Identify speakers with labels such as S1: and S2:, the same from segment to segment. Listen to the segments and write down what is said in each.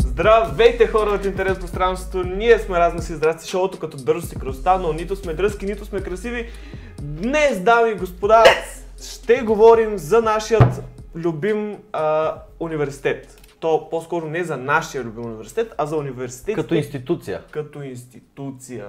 S1: Здравейте хора от Интерес пространството, ние сме разни си здрасти шоуто като държа и кръста, но нито сме дръзки, нито сме красиви. Днес, дами и господа, ще говорим за нашият любим а, университет. То по-скоро не за нашия любим университет, а за университет
S2: Като институция.
S1: като институция.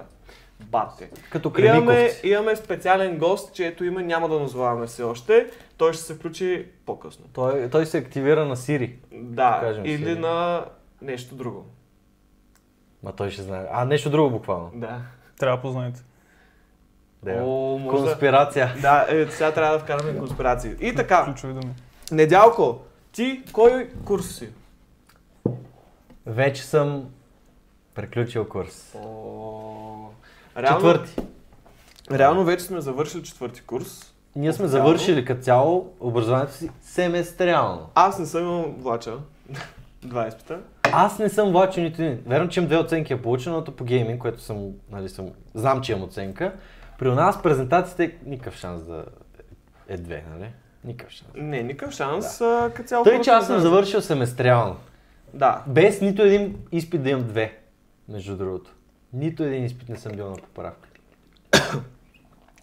S1: Бате.
S2: Като
S1: Имаме,
S2: Кремиковци.
S1: имаме специален гост, чието име няма да назваваме все още. Той ще се включи по-късно.
S2: Той, той се активира на Сири.
S1: Да,
S2: кажем си.
S1: или на нещо друго.
S2: Ма той ще знае. А, нещо друго буквално.
S1: Да.
S3: Трябва да познаете.
S2: Да.
S1: О, може да-
S2: Конспирация.
S1: Да, е, сега трябва да вкараме конспирации. И така,
S3: Ключови думи.
S1: Недялко, ти кой курс си?
S2: Вече съм приключил курс.
S1: О, реално,
S2: Четвърти.
S1: Реално вече сме завършили четвърти курс.
S2: Ние сме
S1: Официално?
S2: завършили като цяло образованието си семестриално.
S1: Аз не съм имал влача. Два изпита.
S2: Аз не съм влачен нито един. Верно, че имам две оценки е получен, едното по гейминг, което съм, нали, съм, знам, че имам оценка. При нас презентациите никакъв шанс да е две, нали? Никакъв шанс.
S1: Не, никакъв шанс. Да. Като цяло
S2: Тъй,
S1: хората
S2: че аз
S1: не
S2: съм
S1: знаят.
S2: завършил семестриално.
S1: Да.
S2: Без нито един изпит да имам две, между другото. Нито един изпит не съм бил на поправка.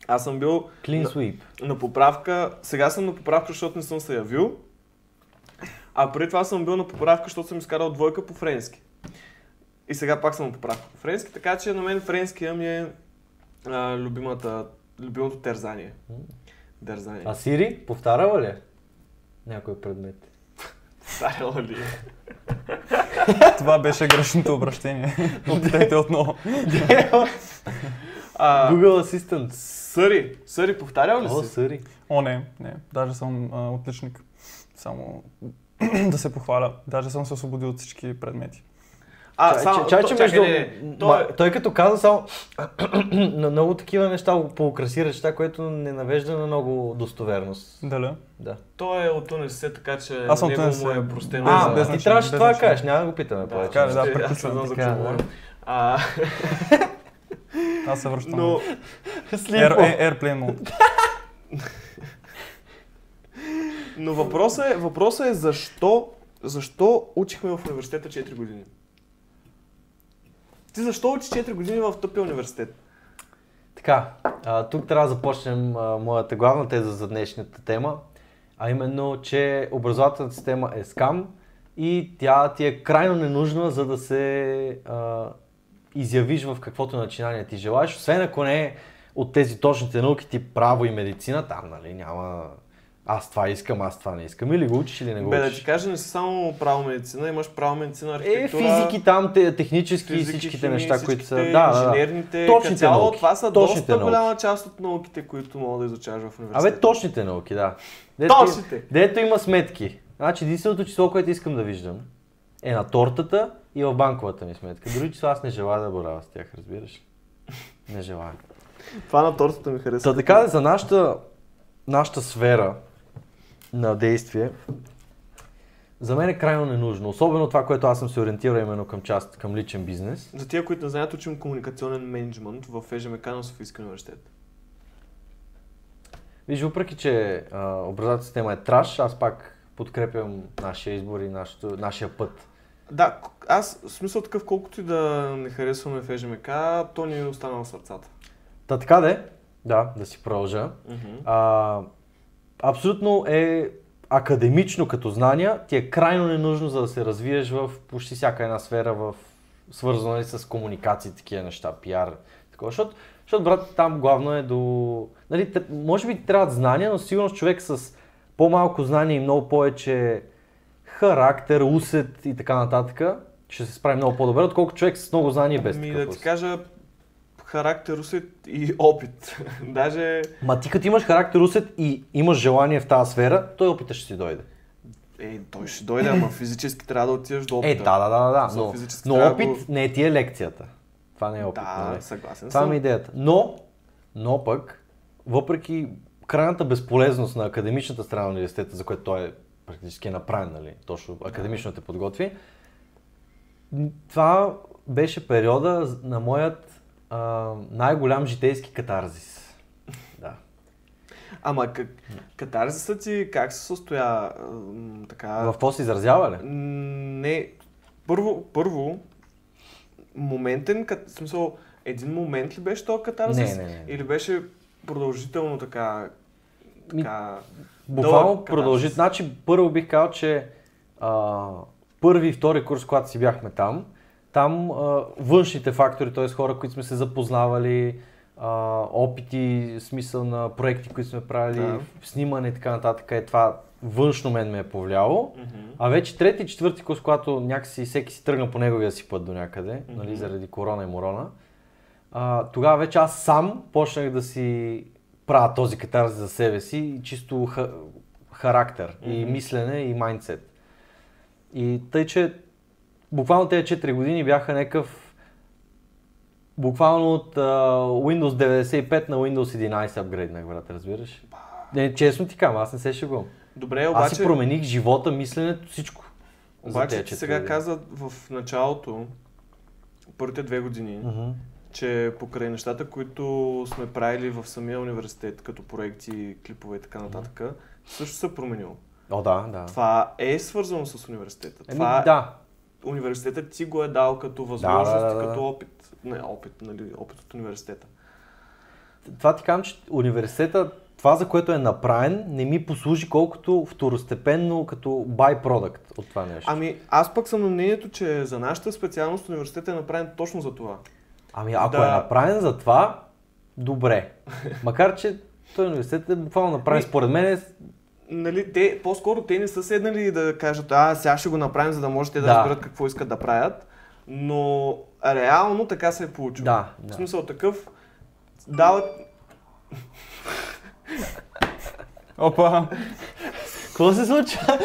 S1: Аз съм бил
S2: Clean
S1: Да.
S2: sweep.
S1: на поправка. Сега съм на поправка, защото не съм се явил. А преди това съм бил на поправка, защото съм изкарал двойка по френски. И сега пак съм на поправка по френски, така че на мен френския ми е а, любимата, любимото терзание. Дързание.
S2: А Сири, повтаряла ли е някой предмет?
S1: Старела ли? е?
S3: Това беше грешното обращение. Опитайте отново.
S1: А,
S2: Google Assistant.
S1: съри, съри, повтарял ли
S2: О,
S1: си?
S2: Сири.
S3: О, не, не. Даже съм а, отличник. Само да се похваля. Даже съм се освободил от всички предмети.
S1: А,
S2: Чай,
S1: само,
S2: чай,
S1: то-
S2: че
S1: чакай,
S2: между...
S1: не, не, то
S2: Ма-
S1: е-
S2: Той като каза само на много такива неща го поукраси речта, което не навежда на много достоверност.
S3: Дале.
S2: Да.
S1: Той е от Тунесе, така че
S3: Аз съм
S1: на
S3: от
S1: него
S3: УНСС.
S1: му е простено.
S2: А,
S1: за-
S3: без
S2: ти
S3: значение,
S2: трябваше
S3: без
S2: това да
S3: значение.
S2: кажеш, няма е, да го питаме
S1: да,
S2: повече.
S3: да, да,
S1: ще- аз
S3: приключвам,
S1: не знам за
S2: така,
S1: какво
S2: да.
S1: говорим. А,
S3: Аз се връщам.
S1: но,
S3: Air,
S2: Слипо.
S3: Air- Airplane mode.
S1: но въпросът е, въпросът е защо, защо учихме в университета 4 години? Ти защо учи 4 години в тъпия университет?
S2: Така, а, тук трябва да започнем а, моята главна теза за днешната тема, а именно, че образователната система е скам и тя ти е крайно ненужна, за да се а, изявиш в каквото начинание ти желаеш, освен ако не е от тези точните науки ти право и медицина, там нали няма аз това искам, аз това не искам, или го учиш или не го
S1: Бе, да ти
S2: учиш.
S1: кажа, не си само право медицина, имаш право медицина,
S2: Е,
S1: архитектура.
S2: физики там, те, технически и
S1: физики,
S2: всичките
S1: химии,
S2: неща, които са...
S1: всичките,
S2: Да, да, да.
S1: инженерните,
S2: Точните
S1: като цяло,
S2: науки,
S1: това са
S2: точните
S1: доста
S2: науки.
S1: голяма част от науките, които мога да изучаваш в университета.
S2: Абе, точните науки, да. Дето,
S1: Точните!
S2: Дето има сметки. Значи единственото число, което искам да виждам е на тортата и в банковата ми сметка. Дори числа аз не желая да боравя с тях, разбираш ли? Не желая.
S1: Това на тортата ми харесва.
S2: Та така за нашата, нашата сфера на действие, за мен е крайно ненужно. Особено това, което аз съм се ориентирал именно към част, към личен бизнес.
S1: За тия, които не знаят, учим комуникационен менеджмент в ЕЖМК на Софийския университет.
S2: Виж, въпреки, че а, образователната система е траш, аз пак подкрепям нашия избор и нашото, нашия път.
S1: Да, к- аз в смисъл такъв, колкото и да не харесваме в ЕЖМК, то ни е останало в сърцата.
S2: Та така де, да, да си продължа. А, абсолютно е академично като знания, ти е крайно ненужно за да се развиеш в почти всяка една сфера, в, свързана ли с комуникации, такива неща, пиар, такова. Защото, защото брат, там главно е до... Нали, тр- може би ти трябват знания, но сигурно човек с по-малко знания и много повече характер, усет и така нататък, ще се справи много по-добре, отколкото човек с много знания и без
S1: Ми
S2: такъв
S1: Ами, да ти
S2: усет.
S1: кажа, характер, усет и опит. Даже,
S2: Ма ти като имаш характер, усет и имаш желание в тази сфера, той опита ще си дойде.
S1: е, той ще дойде, ама физически трябва да отидеш до опита.
S2: Е, да, да, да, да, да.
S1: Смисъл,
S2: Но,
S1: физически трябва
S2: но
S1: да
S2: опит
S1: го-
S2: не ти е лекцията. Това не е опит.
S1: Да,
S2: нали?
S1: съгласен
S2: Това
S1: съм.
S2: ми е идеята. Но, но пък, въпреки крайната безполезност на академичната страна на университета, за което той е практически е направен, нали? Точно академично те подготви, м, това беше периода на моят а, най-голям житейски катарзис. Да.
S1: Ама как, катарзисът ти как се състоя? м, Така...
S2: В какво се изразява ли?
S1: М, Не, Първо, първо, моментен, кат, в смисъл, един момент ли беше то катарзис?
S2: Не, не, не.
S1: Или беше продължително така...
S2: Ми,
S1: така...
S2: Буквално
S1: дълъг
S2: продължи.
S1: катарзис?
S2: Значи, първо бих казал, че а, първи и втори курс, когато си бяхме там, там а, външните фактори, т.е. хора, които сме се запознавали, а, опити, смисъл на проекти, които сме правили,
S1: Да.
S2: снимане и така нататък, е това външно мен ме е повлияло.
S1: Мгм.
S2: А вече трети, и четвърти курс, когато някакси всеки си тръгна по неговия си път до някъде, нали, заради корона и морона, а, тогава вече аз сам почнах да си правя този катарзис за себе си, и чисто ха- характер и мислене и майндсет. И тъй, че буквално тези 4 години бяха някакъв буквално от а, Windows 95 на Windows 11 апгрейднах, брат, разбираш? Не, честно ти казвам, аз не се шегувам.
S1: Добре,
S2: Аз си
S1: Е, обаче,
S2: промених живота, мисленето, всичко. за
S1: обаче
S2: тези
S1: ти
S2: четири
S1: сега
S2: години.
S1: каза в началото, първите две години,
S2: Мгм.
S1: че покрай нещата, които сме правили в самия университет, като проекти, клипове и така нататък, също се е променило.
S2: О, да, да.
S1: Това е свързано с университета.
S2: Еми,
S1: Това
S2: да.
S1: университетът ти го е дал като възможност,
S2: да, да, да.
S1: като опит. Не, опит, нали, опит от университета.
S2: Това ти казвам, че университета, това за което е направен, не ми послужи колкото второстепенно като byproduct от това нещо.
S1: Ами, аз пък съм на мнението, че за нашата специалност университетът е направен точно за това.
S2: Ами ако
S1: да.
S2: е направен за това, добре. Макар, че той университет е буквално направен
S1: Ми-
S2: според мен е с-
S1: Нали, те, по-скоро те не са седнали да кажат, а сега ще го направим, за да може те да,
S2: Да.
S1: разберат какво искат да правят, но реално така се е получило.
S2: Да,
S1: В
S2: да.
S1: смисъл такъв, дават,
S3: Опа!
S2: Какво се случва?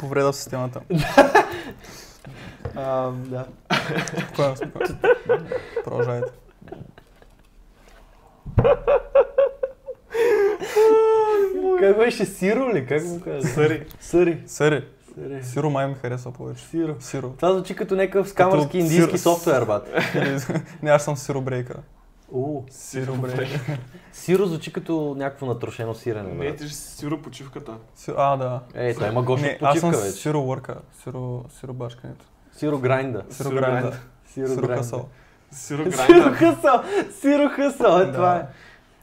S3: Повреда в системата.
S2: а, да.
S3: Спокойно, спокойно. Продължайте.
S2: Как беше Сиро ли? Как му каза?
S1: Сари.
S2: Съри.
S3: Сири.
S2: Съри.
S3: Сиро май ми харесва повече.
S2: Сиро.
S3: Сиро.
S2: Това звучи като някакъв скамърски
S3: Като
S2: индийски
S3: сир-
S2: софтуер, бат.
S3: Или- Не, аз съм сиробрейка.
S2: Уу.
S3: Сиробрейка.
S2: Сиро звучи като някакво натрошено сирене,
S1: Не,
S2: брат.
S1: ти ще си сира почивката.
S3: Си- А, да.
S2: Е, той има гоша
S3: Не,
S2: от
S3: аз съм
S2: почивка вече.
S3: сиробърка. Сиро, сиробашкането.
S2: Сиро грайнда.
S3: Сиро
S1: Сиро грайнда.
S3: грайнда.
S2: Сиро
S3: Сиро
S2: грайнда.
S3: касал.
S1: Сиро
S2: Сиро
S1: грайда.
S2: хъсал. Сиро хъсал, е
S3: Да.
S2: това е.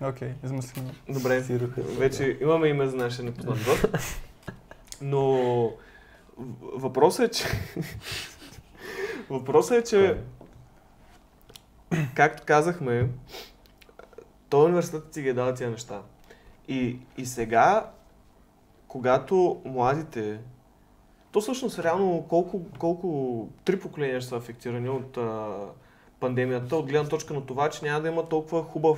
S3: Окей, измислим.
S1: Добре,
S2: Сиро хъсал.
S1: вече имаме име за нашия непознат год. Но в- въпросът е, че... въпросът е, че както казахме, той университет ти ги е дал тия неща. И, и сега, когато младите, то всъщност реално колко, колко три поколения ще са афектирани от а, пандемията, от гледна точка на това, че няма да има толкова хубав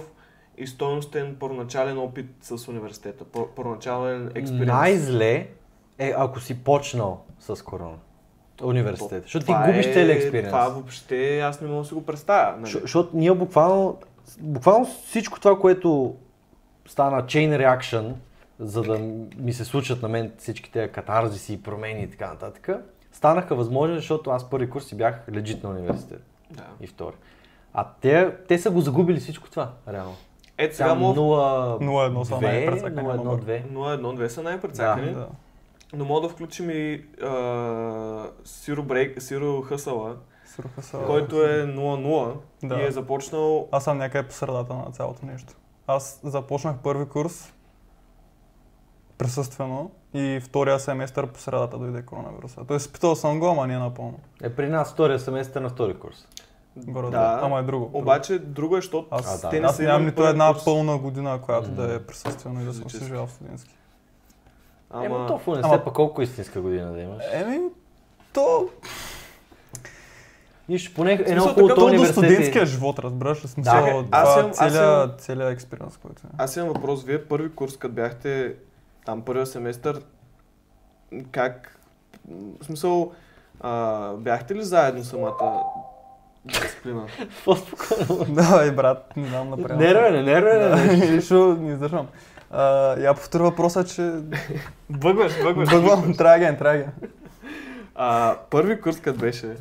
S1: и стойностен първоначален опит с университета, пър- първоначален експеримент.
S2: Най-зле е ако си почнал с корона. Университет. Защото ти
S1: Това
S2: губиш
S1: е-
S2: целият експириенс.
S1: Това въобще аз не мога да си го представя. Нали?
S2: Защо- Защото ние буквално, буквално всичко това, което стана chain reaction, за да ми се случат на мен всички тези катарзиси и промени и така нататък, станаха възможни, защото аз първи курс си бях легит на университет
S1: Да.
S2: и втори. А те, те са го загубили всичко това, реално.
S1: Ето сега
S2: Сега
S1: мога
S2: 0-1
S3: 0-1 са най-прецакани, много.
S2: 0-1-2.
S1: Но едно-две са най-прецакани.
S2: Да.
S3: Да.
S1: Но мога да включим и а, Сиро, Брейк, Сиро Хъсала,
S3: Сиро касал.
S1: който е 0-0
S3: Да.
S1: и е започнал...
S3: Аз съм някъде по средата на цялото нещо. Аз започнах първи курс присъствено и втория семестър по средата дойде коронавируса. Тоест, питал съм го, ама не напълно.
S2: Е при нас втория семестър на втори курс.
S3: Горе,
S1: Да.
S3: да. Ама е друго.
S1: Обаче друго е, защото
S3: Аз,
S2: А, да.
S1: те не
S3: аз
S1: са
S3: нямам
S1: имали
S3: нито
S1: първи
S3: една
S1: курс.
S3: пълна година, която
S2: Мгм.
S3: да е присъствено и да съм
S1: Физически.
S3: се живял в студентски.
S2: Ама... Ема
S1: Ама...
S2: то в университет
S3: ама-
S2: пък колко истинска година да имаш.
S3: Еми, то...
S2: Нищо, поне едно
S3: смисъл,
S2: хубаво
S3: такъв
S2: то
S3: е до
S2: университет.
S3: студентския
S2: е-
S3: живот, разбираш ли? Смисъл,
S2: Чакай,
S3: това
S1: аз имам- аз
S3: целият, целият експириенс, който е.
S1: Аз имам въпрос. Вие първи курс, като бяхте там първия семестър, как... В смисъл, а, бяхте ли заедно самата дисциплина?
S2: По-спокойно.
S3: Да, и е. брат, не знам направо.
S2: Нервен, е, нервен. е.
S3: Да, Шо, не нали, издържам. А, я повторя въпроса, че
S1: Бъгваш, бъгваш.
S3: Бъгвам, трябва ген, трябва ген.
S1: А, първи курс, като беше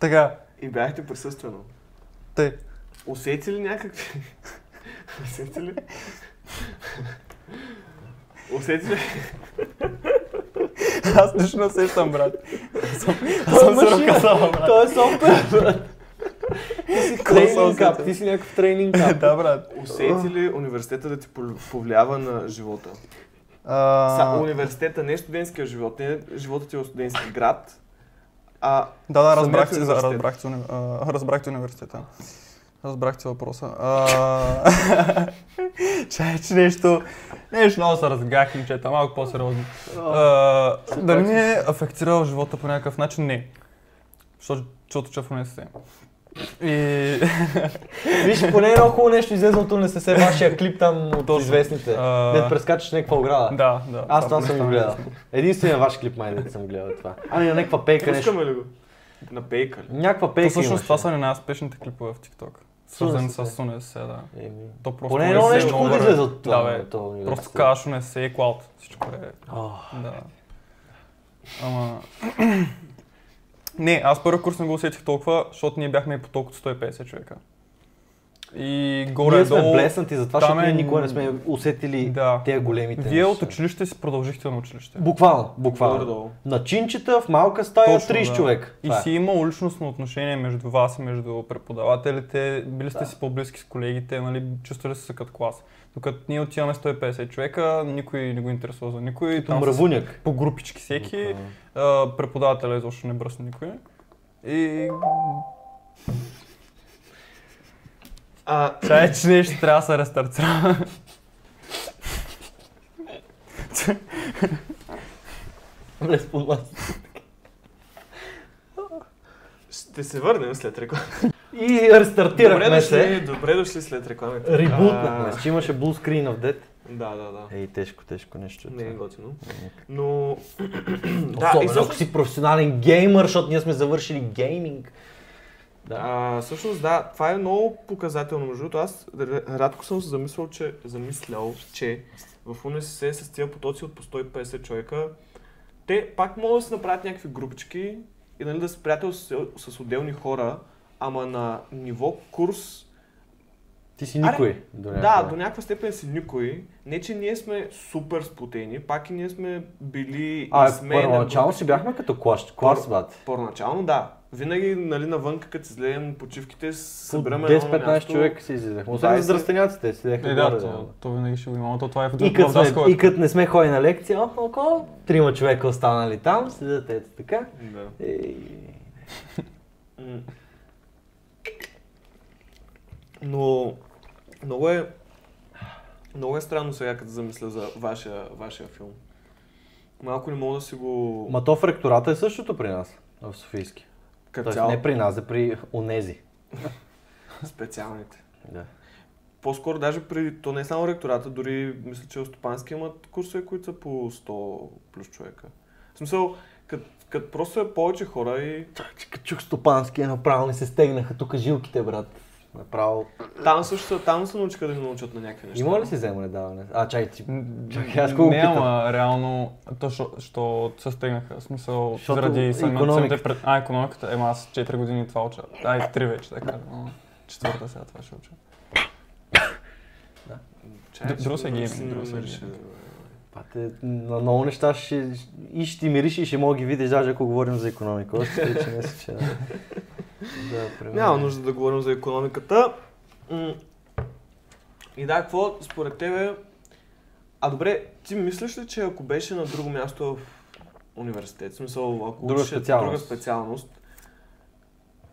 S3: Така,
S1: и бяхте присъствено.
S3: тъй.
S1: Усети ли някакви... Усети ли? Усети ли?
S3: Аз нищо не усещам, брат. Аз съм- Аз съм се разказала, брат.
S2: Той е софтуер, брат. Ти си тренинг
S3: софтуер?
S2: кап, ти си някакъв тренинг кап.
S3: Да, брат.
S1: Усети ли университета да ти пол- повлиява на живота?
S3: А,
S1: Са, университета не е студентския живот, не е живота ти е в студентски град, а
S3: Да, да,
S1: Самият
S3: разбрах, се- за,
S1: университет.
S3: разбрах, се уни- а, разбрах те университета. Разбрах те въпроса. А... Чай, че нещо... Нещо много се разгах, момчета, малко по-сериозно. А, дали ми е афектирал живота по някакъв начин? Не. Защото защото че в университета. И...
S2: Виж, поне едно хубаво нещо излезе от не се вашия клип там от
S3: Точно.
S2: известните.
S3: А,
S2: Дед прескачаш някаква ограда.
S3: Да, да.
S2: Аз това съм го
S3: представям.
S2: гледал. Единственият ваш клип май да съм гледал това. А не, на някаква пейка нещо.
S1: пускаме ли го? На пейка ли?
S2: Някаква
S3: То
S2: пейка
S3: всъщност
S2: имаше.
S3: това са ни най-успешните клипове в TikTok. Свързани
S2: Сунесите.
S3: с Унесе, да.
S2: Еми,
S3: То просто
S2: Поне едно
S3: Унесе е
S2: нещо
S3: много
S2: хубаво да
S3: добре.
S2: излезе от това.
S3: Да, бе.
S2: от този
S3: Просто
S2: университет.
S3: казваш Унесе и Cloud. Всичко е
S2: Ох.
S3: Да. Ама... Не, аз първи курс не го усетих толкова, защото ние бяхме и поток от 150 човека. И
S2: Ние сме
S3: горе-долу...
S2: блеснати за това,
S3: там
S2: защото ние
S3: е-
S2: никога не сме усетили
S3: Да.
S2: тези големите
S3: Вие от
S2: неща.
S3: училище си продължихте на училище.
S2: Буквално, буквално.
S1: Горе-долу.
S2: На чинчета в малка стая
S3: Точно,
S2: 30
S3: да.
S2: човек.
S1: е.
S3: И си имало личностно отношение между вас и между преподавателите, били сте
S2: Да.
S3: си по-близки с колегите, нали, чувствали сте се като клас. Докато ние отиваме 150 човека, никой не го интересува за никой.
S2: Там
S3: Там са
S2: мравуняк.
S3: по групички всеки, а, преподавателя изобщо не бръсна никой. И
S1: А,
S3: Чай, е, че нещо трябва да се рестартира.
S2: Без подмаз.
S1: ще се върнем след рекламата.
S2: И
S1: Добре
S2: рестартирахме се.
S1: дошли, добре дошли след рекламата.
S2: Ребутнахме
S1: А,
S2: се, че имаше блускрин в дет.
S1: Да, да, да.
S2: Ей, тежко, тежко нещо. е
S1: Не е
S2: това.
S1: готино. Но... да, и
S2: Особено ако
S1: всъщност,
S2: си професионален геймър, защото ние сме завършили гейминг. Да.
S1: а, всъщност, да, това е много показателно. Между другото, аз р- рядко съм се замислял, че, замислял, че в УНСС с тия потоци от по 150 човека, те пак могат да се направят някакви групички и нали, да се приятел с, с отделни хора, ама на ниво курс
S2: Ти си
S1: Аре,
S2: никой. до
S1: Да,
S2: някъде.
S1: до някаква степен си никой. Не, че ние сме супер сплотени, пак и ние сме били и
S2: А, е,
S1: сме... на
S2: първоначално
S1: групи.
S2: си бяхме като клас, клас бат.
S1: Първоначално, да. Винаги, нали, навънка, като излезем почивките,
S2: По
S1: събираме едно
S2: 10-15
S1: място.
S2: човека си излизахме. Освен
S1: 20.
S2: за растенятите, си
S3: Е,
S2: седяхме
S3: да,
S2: горе.
S3: то,
S2: да.
S3: то винаги ще го има, то това е в
S2: И
S3: в
S2: като сме,
S3: Даскова.
S2: и като не сме ходили на лекция, о, около трима човека останали там, седят ето така.
S1: Да.
S2: И...
S1: М. Но много е... Много е странно сега, като замисля за вашия, вашия филм. Малко не мога да си го...
S2: Ма то в ректората е същото при нас, в Софийски.
S1: Като
S2: Тоест
S1: цяло,
S2: не при нас, а при онези.
S1: специалните.
S2: Да.
S1: По-скоро даже при, то не е само ректората, дори мисля, че в Стопански имат курсове, които са по 100 плюс човека. В смисъл, като просто е повече хора и
S2: Като чух Стопански, направо не се стегнаха тук жилките, брат. Направо.
S1: там също са- там се научиха да ни научат на някакви неща.
S2: Има ли си вземане даване? А, чай, ти.
S3: М,
S2: Чакай, аз колко
S3: Не,
S2: питам.
S3: ама реално, то, що- що се стегнаха, в смисъл,
S2: Защото
S3: заради сами-
S2: икономиката.
S3: самите пред... А, економиката, ема аз 4 години това уча. Ай, 3 вече, така. но Четвърта сега това ще уча.
S1: Чай,
S3: Друг-
S1: ще-
S3: друг се
S1: ще
S3: гейм,
S1: си
S3: друг се
S1: намериш,
S3: гейм.
S1: е,
S2: Пате, на много неща ще, и ще ти мириш и ще мога ги видиш, даже ако говорим за економика. Още тъй, че не си, че... да,
S1: е.
S2: преминем.
S1: Няма нужда да говорим за економиката. М. И да, какво според тебе... А добре, ти мислиш ли, че ако беше на друго място в университет, в смисъл, ако
S2: Друга
S1: учеше
S2: специалност.
S1: друга специалност,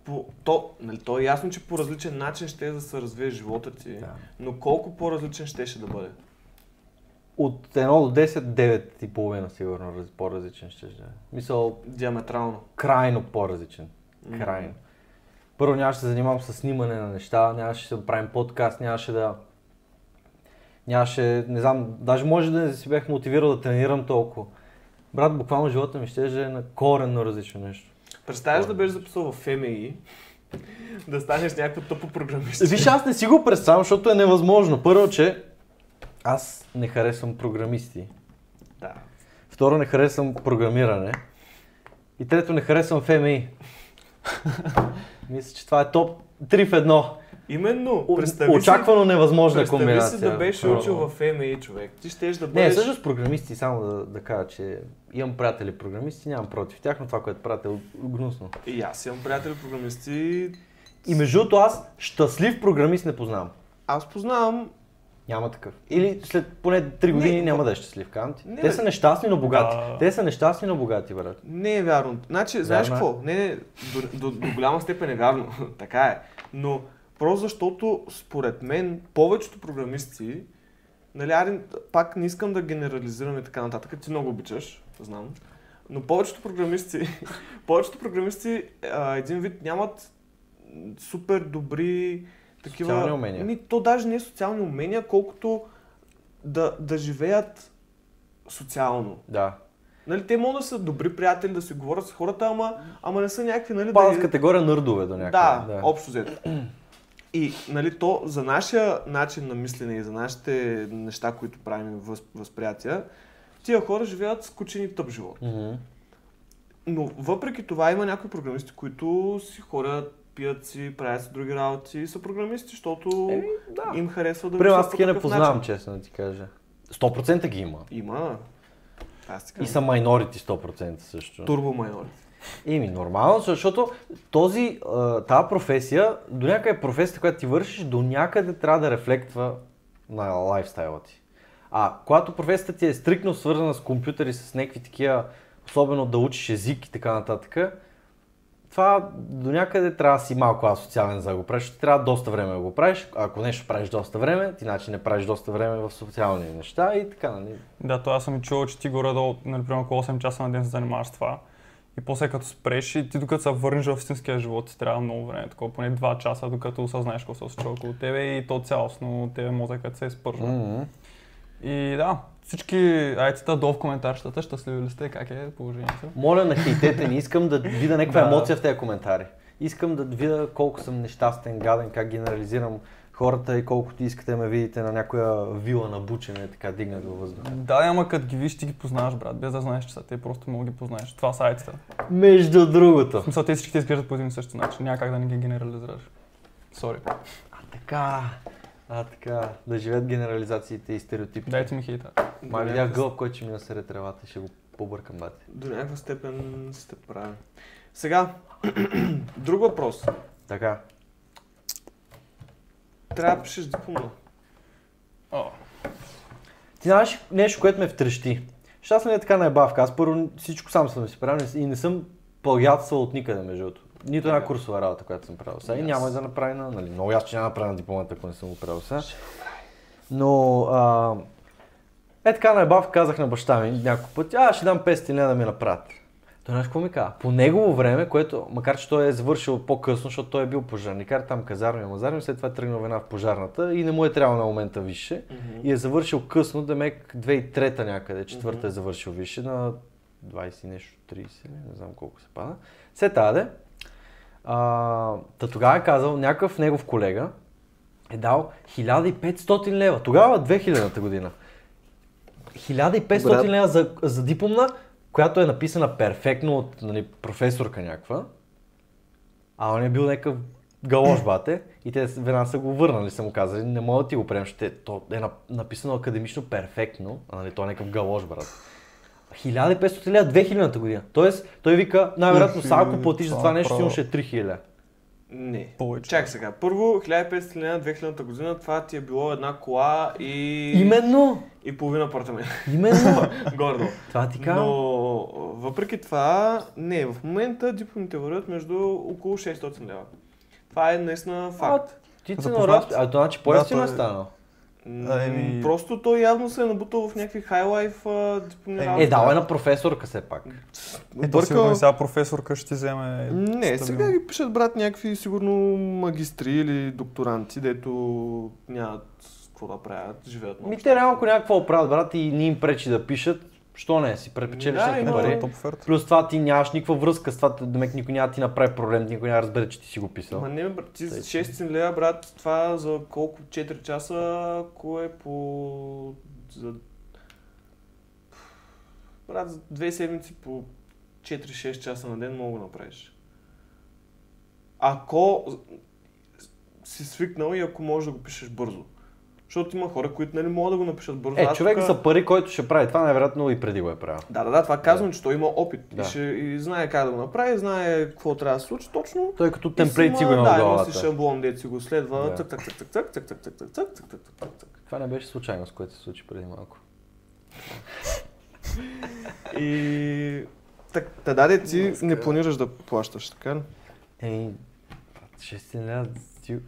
S1: по, то, нали, то е ясно, че по различен начин ще е да се развие живота ти,
S2: Да.
S1: но колко по-различен ще ще да бъде?
S2: От 1 до 10, 9 и половина сигурно раз- по-различен ще ще. е. Мисъл,
S1: Диаметрално.
S2: крайно по-различен.
S1: Мгм.
S2: Крайно. Първо нямаше да се занимавам с снимане на неща, нямаше да правим подкаст, нямаше да... Нямаше, не знам, даже може да не си бях мотивирал да тренирам толкова. Брат, буквално живота ми ще е на коренно различно нещо.
S1: Представяш да беше записал в ФМИ, да станеш някакво тъпо програмист.
S2: Виж, аз не си го представям, защото е невъзможно. Първо, че аз не харесвам програмисти.
S1: Да.
S2: Второ, не харесвам програмиране. И трето, не харесвам ФМИ. Мисля, че това е топ 3 в едно.
S1: И Именно.
S2: О-
S1: Представи си,
S2: Очаквано невъзможна
S1: представи
S2: комбинация.
S1: си да беше
S2: О,
S1: учил в МА човек. Ти щеш да
S2: Не,
S1: бъдеш...
S2: всъщност програмисти, само да, да кажа, че имам приятели програмисти, нямам против тях, но това, което правят е гнусно.
S1: И аз имам приятели програмисти.
S2: И между другото аз щастлив програмист не познавам.
S1: Аз познавам
S2: Няма такъв. Или след поне 3 години
S1: Не,
S2: няма да е щастлив, казвам ти.
S1: Не,
S2: Те
S1: бе.
S2: са нещастни, но богати.
S3: Да.
S2: Те са нещастни, но богати, брат.
S1: Не е вярно. Значи, знаеш
S2: Вярно е.
S1: какво? Не, не, до, до, до голяма степен е вярно. така е. Но просто защото, според мен, повечето програмисти, нали, Арин, пак не искам да генерализираме така нататък, ти много обичаш, знам, но повечето програмисти, повечето програмисти а, един вид нямат м, супер добри такива...
S2: Социални умения.
S1: Ми, то даже не е социални умения, колкото да, да живеят социално.
S2: Да.
S1: Нали, те могат да са добри приятели, да си говорят с хората, ама, ама не са някакви, нали,
S2: Падат в
S1: да...
S2: категория нърдове
S1: Да,
S2: до някъде.
S1: да, общо взето. И, нали, то за нашия начин на мислене и за нашите неща, които правим и въз, възприятия, тия хора живеят скучен и тъп живот.
S2: Мгм.
S1: Но въпреки това има някои програмисти, които си хорят, пият си, правят си други работи и са програмисти, защото
S2: Еми, да.
S1: им харесва да
S2: Примерно
S1: мислят по
S2: аз такива не
S1: такъв
S2: познавам,
S1: начин.
S2: честно да ти кажа. 100% ги има.
S1: Има. Аз така.
S2: И са майнорити 100% също.
S1: турбо майори.
S2: Еми, нормално, защото този, а, тази професия, до някъде е професията, която ти вършиш, до някъде трябва да рефлектва на лайфстайла ти. А когато професията ти е стрикно свързана с компютъри, с някакви такива, особено да учиш език и така нататък, това до някъде трябва да си малко асоциален за да го правиш, защото ти трябва доста време да го правиш. Ако нещо правиш доста време, ти иначе не правиш доста време в социални неща и така, нали?
S3: Да, то аз съм и чувал, че ти горе-долу, нали, примерно около 8 часа на ден се занимаваш с това. И после като спреш и ти докато се върнеш в истинския живот, ти трябва много време, такова поне 2 часа, докато осъзнаеш какво се случва около тебе и то цялостно тебе мозъкът се изпържва. И да, всички айцата долу в коментарщата, щастливи ли сте, как е положението?
S2: Моля, не хейтете ни, искам да видя някаква
S3: Да.
S2: емоция в тези коментари. Искам да видя колко съм нещастен, гаден, как генерализирам хората и колкото искате да ме видите на някоя вила на бучене, така дигнат във въздуха.
S3: Да, ама като ги видиш, ти ги познаваш, брат, без да знаеш, че са те, просто мога ги познаеш. Това са айцата.
S2: Между другото.
S3: В смисъл, те всички те изглеждат по един и същи начин, няма как да не ги генерализираш. Сори.
S2: А така, а така, да живеят генерализациите и стереотипите.
S3: Дайте ми хейта.
S2: Май видях гълб, който ще ми насере тревата, ще го побъркам бате.
S1: До някаква степен сте прави. Сега, друг въпрос.
S2: Така,
S1: Трябва да пишеш диплома.
S3: О.
S2: Ти знаеш нещо, което ме втрещи. Защото аз не е така наебавка. Аз първо всичко сам съм си правил и не съм плагиатствал от никъде, между другото. Нито една курсова работа, която съм правил сега. И
S1: Yes.
S2: няма и да направя, на- нали, много аз че няма да правя на дипломата, ако не съм го правил сега. Но, а, е така наебавка казах на баща ми няколко пъти, а ще дам 500 лена да ми направят. Той знаеш какво ми каза? По негово време, което, макар че той е завършил по-късно, защото той е бил пожарникар, там казарми, мазарми, след това е тръгнал вена в пожарната и не му е трябвало на момента висше. И е завършил късно, демек 2003-та някъде, четвърта е завършил висше на 20 и нещо, 30, не знам колко се пада. Се таде. А, та тогава е казал, някакъв негов колега е дал 1500 лева. Тогава 2000-та година. 1500
S1: Брат.
S2: лева за, за дипломна, която е написана перфектно от нали, професорка някаква. А он е бил някакъв галош бате и те веднага са го върнали, са му казали, не мога да ти го приемем, ще то е на- написано академично перфектно, а нали, той е някакъв галош брат. 1500 лева 2000-та година. Тоест, той вика, най-вероятно,
S3: Ехи,
S2: сега ако платиш за
S3: това
S2: това
S3: е
S2: нещо,
S3: право.
S2: сигурно ще е 3000.
S1: Не.
S3: Повече.
S1: Чак сега. Първо, 1500 лена, 2000 година, това ти е било една кола и...
S2: Именно!
S1: И половина апартамент.
S2: Именно!
S1: Гордо.
S2: това ти
S1: Но,
S2: казвам.
S1: въпреки това, не, в момента дипломите вървят между около 600 лева. Това е наистина факт.
S2: Ти се
S3: запознат.
S2: нараст, а то значи по-ефтино
S3: Да,
S2: е
S3: той-
S2: станал.
S1: М,
S3: Еми-
S1: Просто той явно се е набутал в някакви хайлайф дипломни
S3: Е,
S1: работи.
S2: Е, дал е на професорка все пак.
S3: Ето сигурно
S1: Бъркал-
S3: и сега професорка ще ти вземе...
S1: Не,
S3: стабилно.
S1: сега ги пишат, брат, някакви сигурно магистри или докторанти, дето нямат какво да правят, живеят много.
S2: Ми те реално, ако някакво оправят, брат, и не им пречи да пишат, що не, си препечелиш
S1: Да,
S2: някакви
S1: има-
S2: пари.
S3: Е, топ оферта.
S2: Плюс това ти нямаш никаква връзка с това, демек никой няма да ти направи проблем, никой няма да разбере, че ти си го писал.
S1: Ма не, бе, брат, ти
S2: Тъй,
S1: за
S2: че-
S1: 600 лева, брат, това за колко? 4 часа, ако е по... За... Брат, за две седмици по 4-6 часа на ден мога да направиш. Ако си свикнал и ако можеш да го пишеш бързо. Защото има хора, които нали могат да го напишат бързо.
S2: Е,
S1: Аз
S2: човек
S1: тука-
S2: за пари, който ще прави това, най-вероятно и преди го е правил.
S1: Да, да, да, това казвам, че той има опит
S2: Да.
S1: и, ще, и знае как да го направи, знае какво трябва да се случи точно.
S2: Той като
S1: И
S2: темплейт си го
S1: да,
S2: има в
S1: има си
S2: главата.
S1: шаблон, дето си го следва.
S2: Да.
S1: Тък, тък, тък, тък, тък, тък, тък, тък, тък, тък, тък, тък, тък, тък.
S2: Това не беше случайност, което се случи преди малко.
S1: И... Так, та даде ти не планираш да плащаш, така ли?
S2: Ей, 6 000...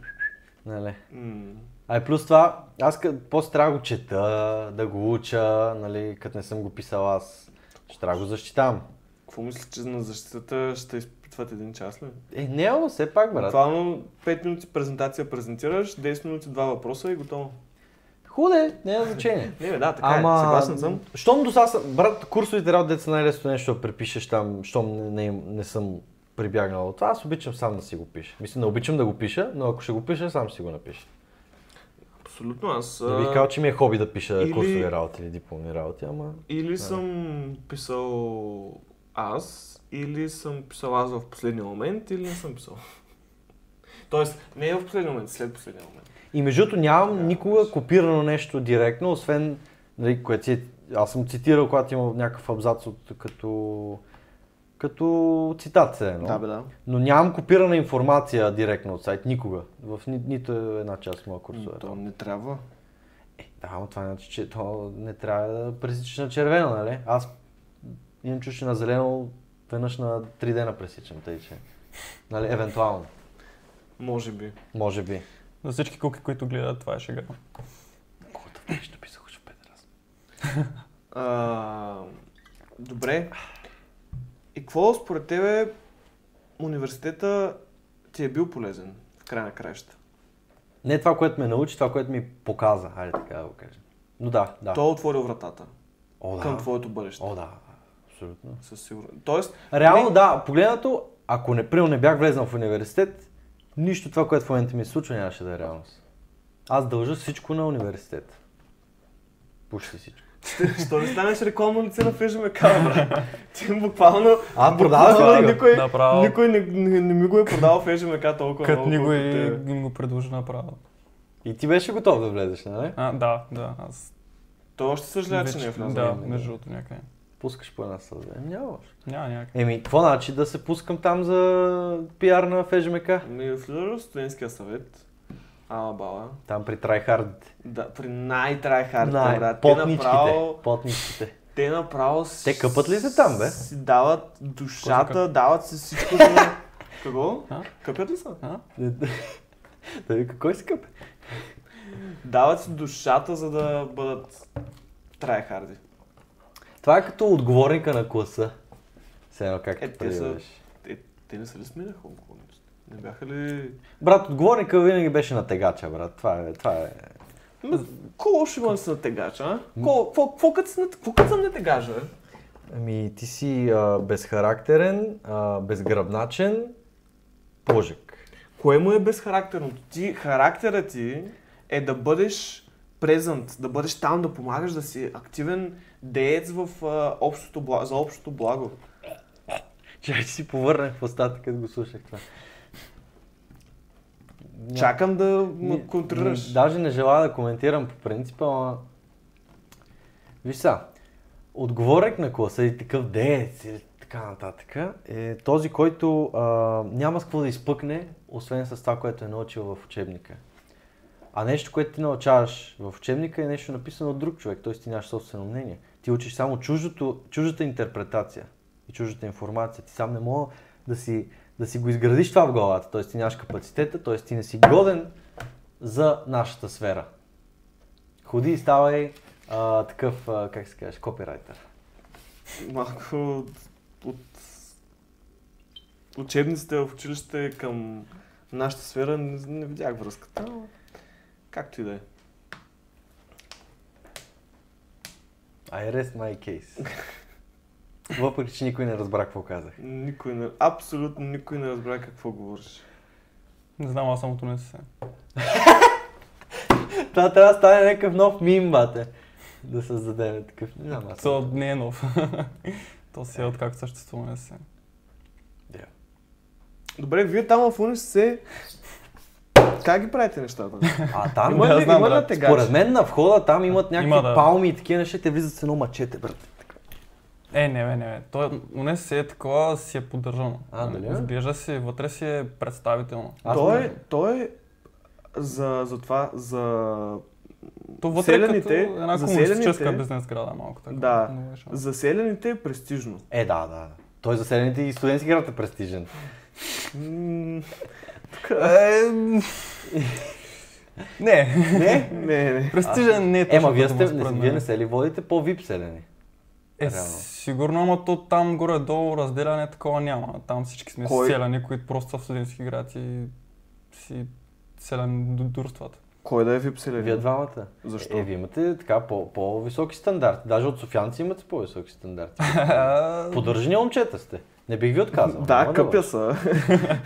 S2: Нали.
S1: М,
S2: А и плюс това, аз къ- после трябва да го чета, да го уча, нали, като не съм го писал аз. Ще трябва да го защитавам.
S1: Какво мислиш, че на защитата ще изпитват един час ли?
S2: Е, не, ама все пак, брат.
S1: Буквално 5 минути презентация презентираш, 10 минути два въпроса и готово.
S2: Худе, не е значение.
S1: Не, бе, да, така е, съгласен съм.
S2: Щом до сега, съм- брат, курсовите работи деца най-лесно нещо да препишеш там, щом не, не, им- не съм прибягнал от това, аз обичам сам да си го пиша. Мисля, не обичам да го пиша, но ако ще го пиша, сам ще си го напиша.
S1: Абсолютно, аз...
S2: Не
S1: а,
S2: бих казал, че ми е хоби да пиша
S1: Или-
S2: курсови работи или дипломни работи, ама...
S1: Или съм писал аз, или съм писал аз в последния момент, или не съм писал. Тоест, не е в последния момент, след последния момент.
S2: И между другото нямам
S1: Да,
S2: никога копирано нещо директно, освен, нали, което си, аз съм цитирал, когато имам някакъв абзац от, като, като цитат се едно.
S1: да.
S2: Но нямам копирана информация директно от сайт, никога. В ни, нито една част от моя курсове.
S1: То не трябва.
S2: Е, да, но това значи, че то не трябва да пресичаш на червено, нали? Аз имам чуш на зелено, веднъж на три дена пресичам, тъй че. Нали, евентуално.
S1: Може би.
S2: Може би.
S3: За всички куки, които гледат, това е шега.
S2: Колкото нещо писах, ще пет раз.
S1: А, добре. И какво според тебе университета ти е бил полезен в края на краищата?
S2: Не това, което ме научи, това, което ми показа, хайде така да го кажем. Но да, да.
S1: Той е отворил вратата
S2: О, да.
S1: към твоето бъдеще.
S2: О, да. Абсолютно.
S1: Със сигурност. Тоест,
S2: Реално да, погледнато, ако не, примерно, не бях влезнал в университет, нищо това, което в момента ми се случва, нямаше да е реалност. Аз дължа всичко на университет. Почти всичко.
S1: Що не станеш рекламно лице на Фижаме камера? Ти буквално...
S2: А, продаваш
S1: буквално
S2: ли ти го?
S1: никой,
S3: Направо.
S1: никой не, не, не, ми го е продал Фижаме толкова
S3: Кът ни го е
S1: колкото
S3: и
S1: те.
S3: им го предложи направо.
S2: И ти беше готов да влезеш, нали?
S3: А, да, да, аз
S1: Той още съжалява, че не е
S3: вече-
S1: влязъл.
S3: Да,
S2: Ами, да.
S3: между другото някъде.
S2: Пускаш по една сълза. Еми, Няма лошо.
S3: Няма някъде.
S2: Еми, какво значи да се пускам там за пиар на ФЖМК?
S1: Ми влизаш в студентския съвет. Ама бала.
S2: Там при трайхардите.
S1: Да, при най-трайхардите,
S2: Най-
S1: брат. Те
S2: потничките.
S1: направо...
S2: Потничките.
S1: Те направо... с-
S2: Те къпат ли се там, бе?
S1: Си дават
S3: Кой за
S1: душата, дават си всичко за... Какво?
S3: А?
S1: Къпят ли са?
S3: А?
S2: Да вика, кой си къпе?
S1: Дават си душата, за да бъдат трайхарди.
S2: Това е като отговорника на класа. Все едно как
S1: Е,
S2: те
S1: те са-
S2: приемаш.
S1: Е, те не са ли сминаха околниците? Не бяха ли...
S2: Брат, отговорника винаги беше на тегача, брат. Това е, това е.
S1: Ма, какво лошо има да си на тегача, а? Какво като си на- какво като съм на тегажа, бе?
S2: Ами, ти си а, безхарактерен, а, безгръбначен, пожек.
S1: Кое му е безхарактерното? Ти, характера ти е да бъдеш презент, да бъдеш там, да помагаш, да си активен деец в, а, общото бла- за общото благо.
S2: Чай, че си повърнах в устата, като го слушах това. Ня-
S1: Чакам да ме
S2: М,
S1: контрираш.
S2: м, Даже не желая да коментирам по принципа, ама... Виж са, отговорек на класа и такъв деец или така нататък е този, който а, няма с какво да изпъкне, освен с това, което е научил в учебника. А нещо, което ти научаваш в учебника е нещо написано от друг човек, т.е. ти нямаш собствено мнение. Ти учиш само чуждото, чуждата интерпретация и чуждата информация. Ти сам не мога да си, да си го изградиш това в главата, т.е. ти нямаш капацитета, т.е. ти не си годен за нашата сфера. Ходи и ставай а, такъв, а, как се каже, копирайтер.
S1: Малко от- от учебниците в училище към нашата сфера не, не видях връзката. но Както и да е.
S2: I rest my case. Въпреки, че никой не разбра какво казах.
S1: Никой не, абсолютно никой не разбра какво говориш.
S3: Не знам, аз самото не се.
S2: Това трябва да стане някакъв нов мим, бате. Да създадем такъв. Не знам, аз.
S3: То не е нов. То си е откакто съществува не се.
S2: Да.
S1: Добре, вие там в УНИС се Как ги правите нещата?
S2: А там
S1: Има
S2: има,
S1: ли-
S3: аз знам,
S1: има ли
S3: брат.
S1: тегачи?
S2: според мен на входа там имат някакви
S3: Има, да.
S2: палми и такива неща, те влизат с едно мачете, брат.
S3: Е, не, не, не, не. Той не си е такова, си е поддържано.
S2: А, нали? дали, а?
S3: Изглежда си, вътре си е представително.
S2: Аз не
S1: Той, е-
S2: знам.
S1: той за, за това, за
S3: То вътре е
S1: Селяните-
S3: като една
S1: за
S3: комунистическа
S1: селяните-
S3: бизнес града е малко така. е
S1: Да.
S3: много беше.
S1: за селените е престижно.
S2: Е, да, да. Той за седените и студентски град е престижен.
S1: М,
S3: Е, м, Не.
S1: Не, не, не.
S3: Престижен не е
S2: Ема,
S3: точната
S2: вие,
S3: дума,
S2: сте, не,
S3: според
S2: вие не
S3: мен.
S2: се ли водите по-вип селени?
S3: Е,
S2: реално.
S3: сигурно, ама то там горе-долу разделяне такова няма. Там всички сме
S1: Кой?
S3: селяни, които просто са в студентски град и си селяни до дурствата.
S1: Кой да е вип
S2: Вие
S1: селенин?
S2: двамата.
S1: Защо?
S2: Е, вие имате така по- по-високи стандарти. Даже от софианци имате по-високи стандарти. Поддържани момчета сте. Не бих ви отказал.
S1: Да,
S2: няма
S1: къпя
S2: лъжа.
S1: са.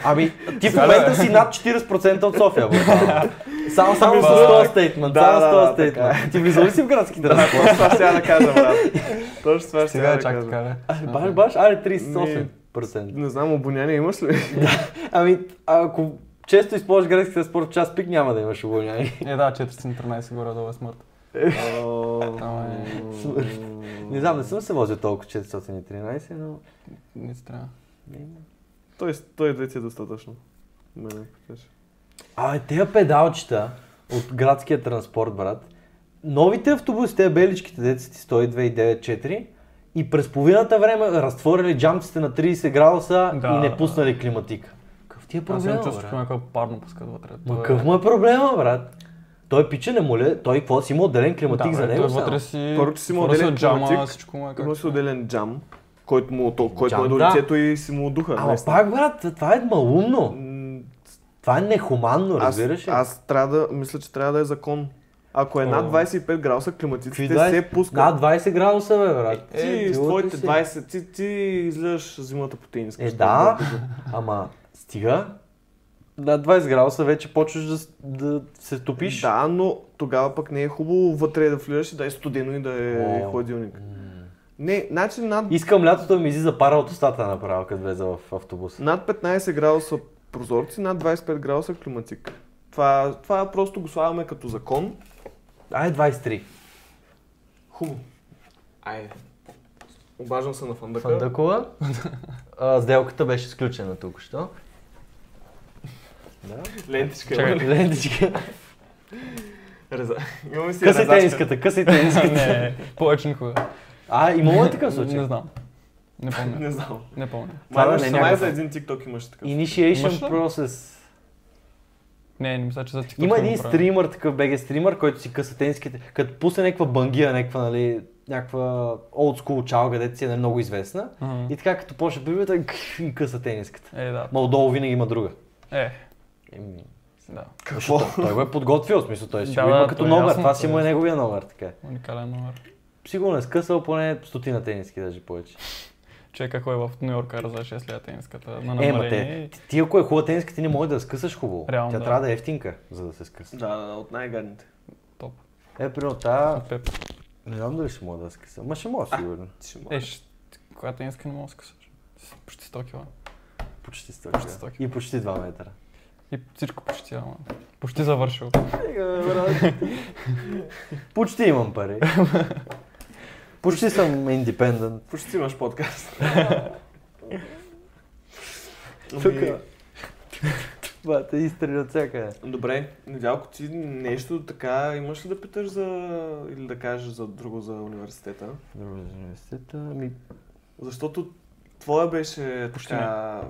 S2: Ами, ти в
S1: е.
S2: момента си над 40% от София, буквално. Само, само с този стейтмент,
S1: Да,
S2: само с
S1: да,
S2: този
S1: да, така е.
S2: стейтмент. Ти влизал ли си в градските
S1: Да,
S2: транспорт?
S1: точно това сега да кажа, брат. Точно това ще
S3: Сега
S1: да
S3: е чак
S1: кажа.
S3: така, да.
S2: А, Баш, баш, аре
S1: Ми-
S2: 38%.
S1: Не знам, обоняние имаш ли?
S2: Ами, ако често използваш градски транспорт в час пик, няма да имаш уволнение.
S3: Е, да, 413 горе-долу е смърт. Ама е.
S2: Не знам, не съм се возил толкова 413, но...
S3: Не ти трябва.
S1: Той, той да ти е достатъчно. е Мене, питаш.
S2: А, бе, тези педалчета от градския транспорт, брат, новите автобуси, те беличките, деците 102,94 и през половината време разтворили джамците на 30 градуса
S3: Да.
S2: и не пуснали климатика. Какъв ти е
S3: Аз
S2: проблема,
S3: имам чувство, че
S2: брат?
S3: някаква парно пускат вътре.
S2: Ма
S3: То е-
S2: какъв му е проблема, брат? Той пиче не му ли? Той какво си има отделен
S3: Да,
S2: климатик
S3: бе,
S2: за
S3: той е
S2: него само?
S3: вътре си...
S1: Първо, че си има
S3: отвори си
S1: отделен
S3: джама,
S1: климатик.
S3: всичко му е
S1: Има
S3: как...
S1: си отделен джам, който му, то, който
S2: Джам,
S1: му е до
S2: да.
S1: лицето и си му духа.
S2: Ама пак, брат, това е малумно.
S1: М,
S2: Това е нехуманно,
S1: Аз,
S2: разбираш ли?
S1: аз трябва да, мисля, че трябва да е закон. Ако е над
S3: О.
S1: 25 градуса,
S2: Какви
S1: климатиците се
S2: 20?
S1: пускат.
S2: Над 20 градуса, бе, брат.
S1: Ти
S2: Е,
S1: с
S2: било
S1: твоите
S2: ти си.
S1: 20, ти, ти излизаш зимата по тениска.
S2: Е,
S1: ще
S2: да,
S1: бъде.
S2: ама стига. На 20 градуса вече почваш да, с- да се топиш.
S1: Да, но тогава пък не е хубаво вътре да влизаш и да е студено и да е
S2: О.
S1: хладилник. Не, значи над,
S2: Искам лятото да ми излиза пара от устата направо, като влезе в автобус.
S1: над 15 градуса прозорци, над 25 градуса климатик. Това, това просто го слагаме като закон.
S2: Ай, 23.
S1: Хубаво. Айде. Обаждам се на фандъка.
S2: Фандъкова. А, Сделката беше сключена тук, що? Да.
S1: Лентичка.
S3: Чакай.
S1: има ли?
S2: Лентичка.
S1: Реза. Имаме си
S2: Къси
S1: резачка.
S2: тениската, къси тениската.
S3: Не, повече никога.
S2: А, имало ли такъв
S3: Не
S2: случай?
S3: знам. Не помня.
S1: Не знам.
S3: Не помня.
S2: Това
S1: Май,
S2: да не е
S1: имаше- май
S2: някакъв-
S1: за един TikTok имаше такъв.
S2: Initiation
S3: Имаш ли?
S2: process.
S3: Не, не мисля, че за TikTok
S2: Има
S3: съм
S2: един
S3: го правил.
S2: стримър, такъв BG стримър, който си къса тенските, като пусне някаква бангия, някаква, нали, някаква олдскул чалга, дето си е много известна.
S3: Мгм.
S2: И така, като почне бибията, и къса тениската.
S3: Е, да.
S2: Ма отдолу винаги има друга.
S3: Е,
S2: Еми,
S3: да.
S1: Какво?
S2: Той го е подготвил, в смисъл, той си
S3: Да,
S2: го има
S3: да,
S2: като
S3: то е
S2: номер,
S3: ясно,
S2: това си
S3: то е
S2: му е
S3: ясно.
S2: неговия номер, така.
S3: Уникален номер.
S2: Сигурно е скъсал поне стотина тениски, даже повече.
S3: Човек, ако е в Нью Йорк, кара за 6 лея тениската на
S2: Е, ма
S3: намаление.
S2: те,
S3: и-
S2: ти, ти ако е хубава тениска, ти не може да я скъсаш хубаво.
S3: Реално,
S2: Тя
S3: да.
S2: трябва да е ефтинка, за да се скъса.
S1: Да, да, да, от най-гадните.
S3: Топ.
S2: Е, примерно, та...
S3: Пеп.
S2: Не знам дали ще мога да я скъса. Ма ще мога, сигурно.
S1: Ти ще
S3: Е,
S1: можеш.
S3: ще- коя е тениска не мога да скъсаш? С Почти 100 кила.
S2: Почти 100
S3: Почти
S2: кила.
S3: 100 кила.
S2: И почти 2 метра.
S3: И всичко почти, ама. Почти завършил.
S2: Почти имам пари. Почти съм индепендент.
S1: Почти имаш подкаст.
S2: Тук.
S1: Ами,
S2: Бата, изстрели от всякъде.
S1: Добре, Недялко, ти нещо така имаш ли да питаш за... или да кажеш за друго за университета?
S2: Друго за университета. Ми...
S1: Защото твоя беше
S3: Почти
S1: така...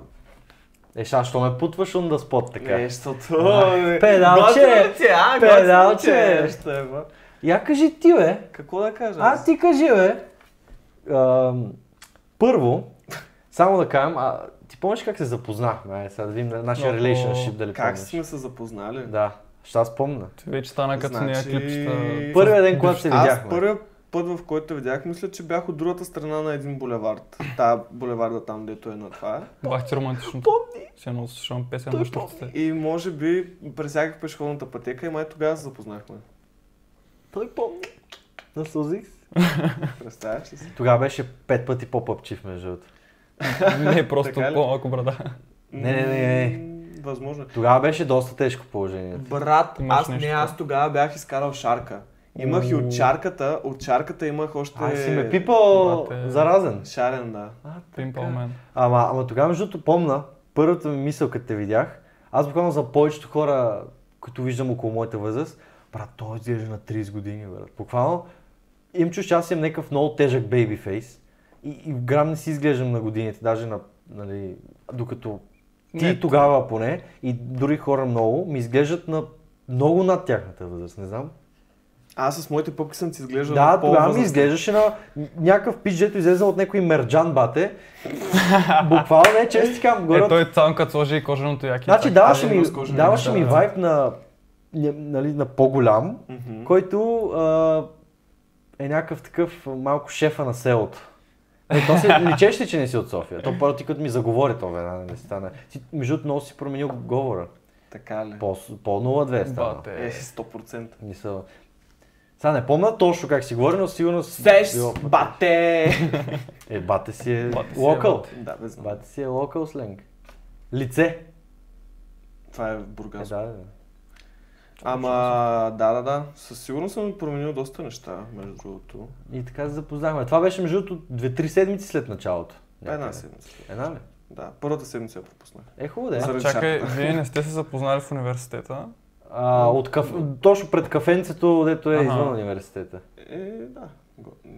S2: Е, ша, що ме путваш он да спот така?
S1: Нещото...
S2: Да. Педалче!
S1: Готино ти е, а,
S2: Педалче!
S1: готино ти е, нещо е, ба.
S2: Я кажи ти, бе.
S1: Какво да кажа?
S2: А, ти кажи, бе. Ам, първо, само да кажем, а, ти помниш как се запознахме? Ай, сега да видим нашия
S3: О,
S2: relationship, дали
S1: Как
S2: помниш.
S1: сме се запознали?
S2: Да, ще аз помня.
S3: Ти вече стана като
S1: Значи-
S3: нея клипчета.
S2: Първия ден, когато се
S1: Аз
S2: видяхме.
S1: първия път, в който те видях, мисля, че бях от другата страна на един булевард. Та булеварда там, дето е на това.
S3: Бах ти романтично. Помни! Ще едно слушам песен на щурците.
S1: И може би пресягах пешеходната пътека и май тогава се запознахме.
S2: Той помни. На Сузикс.
S1: Представяш ли си?
S2: Тогава беше пет пъти по-пъпчив, между другото.
S3: Не, просто
S1: Така ли?
S3: по-малко брада.
S2: Не, не, не, не.
S1: М, възможно.
S2: Тогава беше доста тежко положението.
S1: Брат,
S3: Имаш
S1: аз не,
S3: нещо.
S1: аз тогава бях изкарал шарка. Имах и от
S2: Уу.
S1: чарката, от чарката имах още...
S2: Ай, си ме пипал
S3: Бате.
S2: заразен.
S1: Шарен, да.
S3: Пимпъл мен.
S2: Ама, ама тогава, между другото, помна, първата ми мисъл, като те видях, аз буквално за повечето хора, които виждам около моята възраст, брат, той изглежда на 30 години, брат. Буквално, им чуш, че аз съм някакъв много тежък бейби фейс и, и грам не си изглеждам на годините, даже на, нали, докато ти
S3: Не,
S2: тогава поне и други хора много ми изглеждат на много над тяхната възраст, не знам.
S1: Аз с моите пъпки съм си изглеждал
S2: Да, тогава ми
S1: по-възрастен.
S2: изглеждаше на някакъв пич, дето излезе от някой мерджан бате. Буквално не, често ти казвам, горе
S3: Е,
S2: от
S3: той цял като сложи и кожаното яки.
S2: Значи
S3: така.
S2: даваше
S1: Аз имам
S2: ми,
S1: с кожени
S2: даваше
S1: неща,
S2: ми
S1: да.
S2: вайб на, ня- нали, на по-голям,
S1: Мгм.
S2: който а, е някакъв такъв малко шефа на селото. Е, то се личеше, че не си от София. То първо ти като ми заговори то веднага не стана. Ти, между другото, много си променил говора.
S1: Така ли?
S2: По, по 0-2 стана.
S3: Бате.
S1: Е, 100%.
S2: Мисъл. Сега не помня точно как си говори, но сигурно си
S1: Сеш,
S2: било-
S1: бате!
S2: Е, бате си е
S3: Бате си е
S2: локал.
S1: да, без знам.
S2: Бате си е локал сленг. Лице.
S1: Това е
S2: Е,
S1: бургас.
S2: да, да.
S1: Ама, да, да, да. Със сигурност съм променил доста неща, между другото.
S2: И така се запознахме. Това беше между другото 2-3 седмици след началото.
S1: Е, Една
S2: Някъде.
S1: седмица.
S2: Една ли?
S1: Да, първата седмица я пропуснах.
S2: Е, хубаво да е.
S1: За-
S3: А, Чакай, вие не сте се запознали в университета.
S2: А, от каф... Точно пред кафенцето, дето е
S3: Аха.
S2: извън университета.
S1: Е, да. Го- м,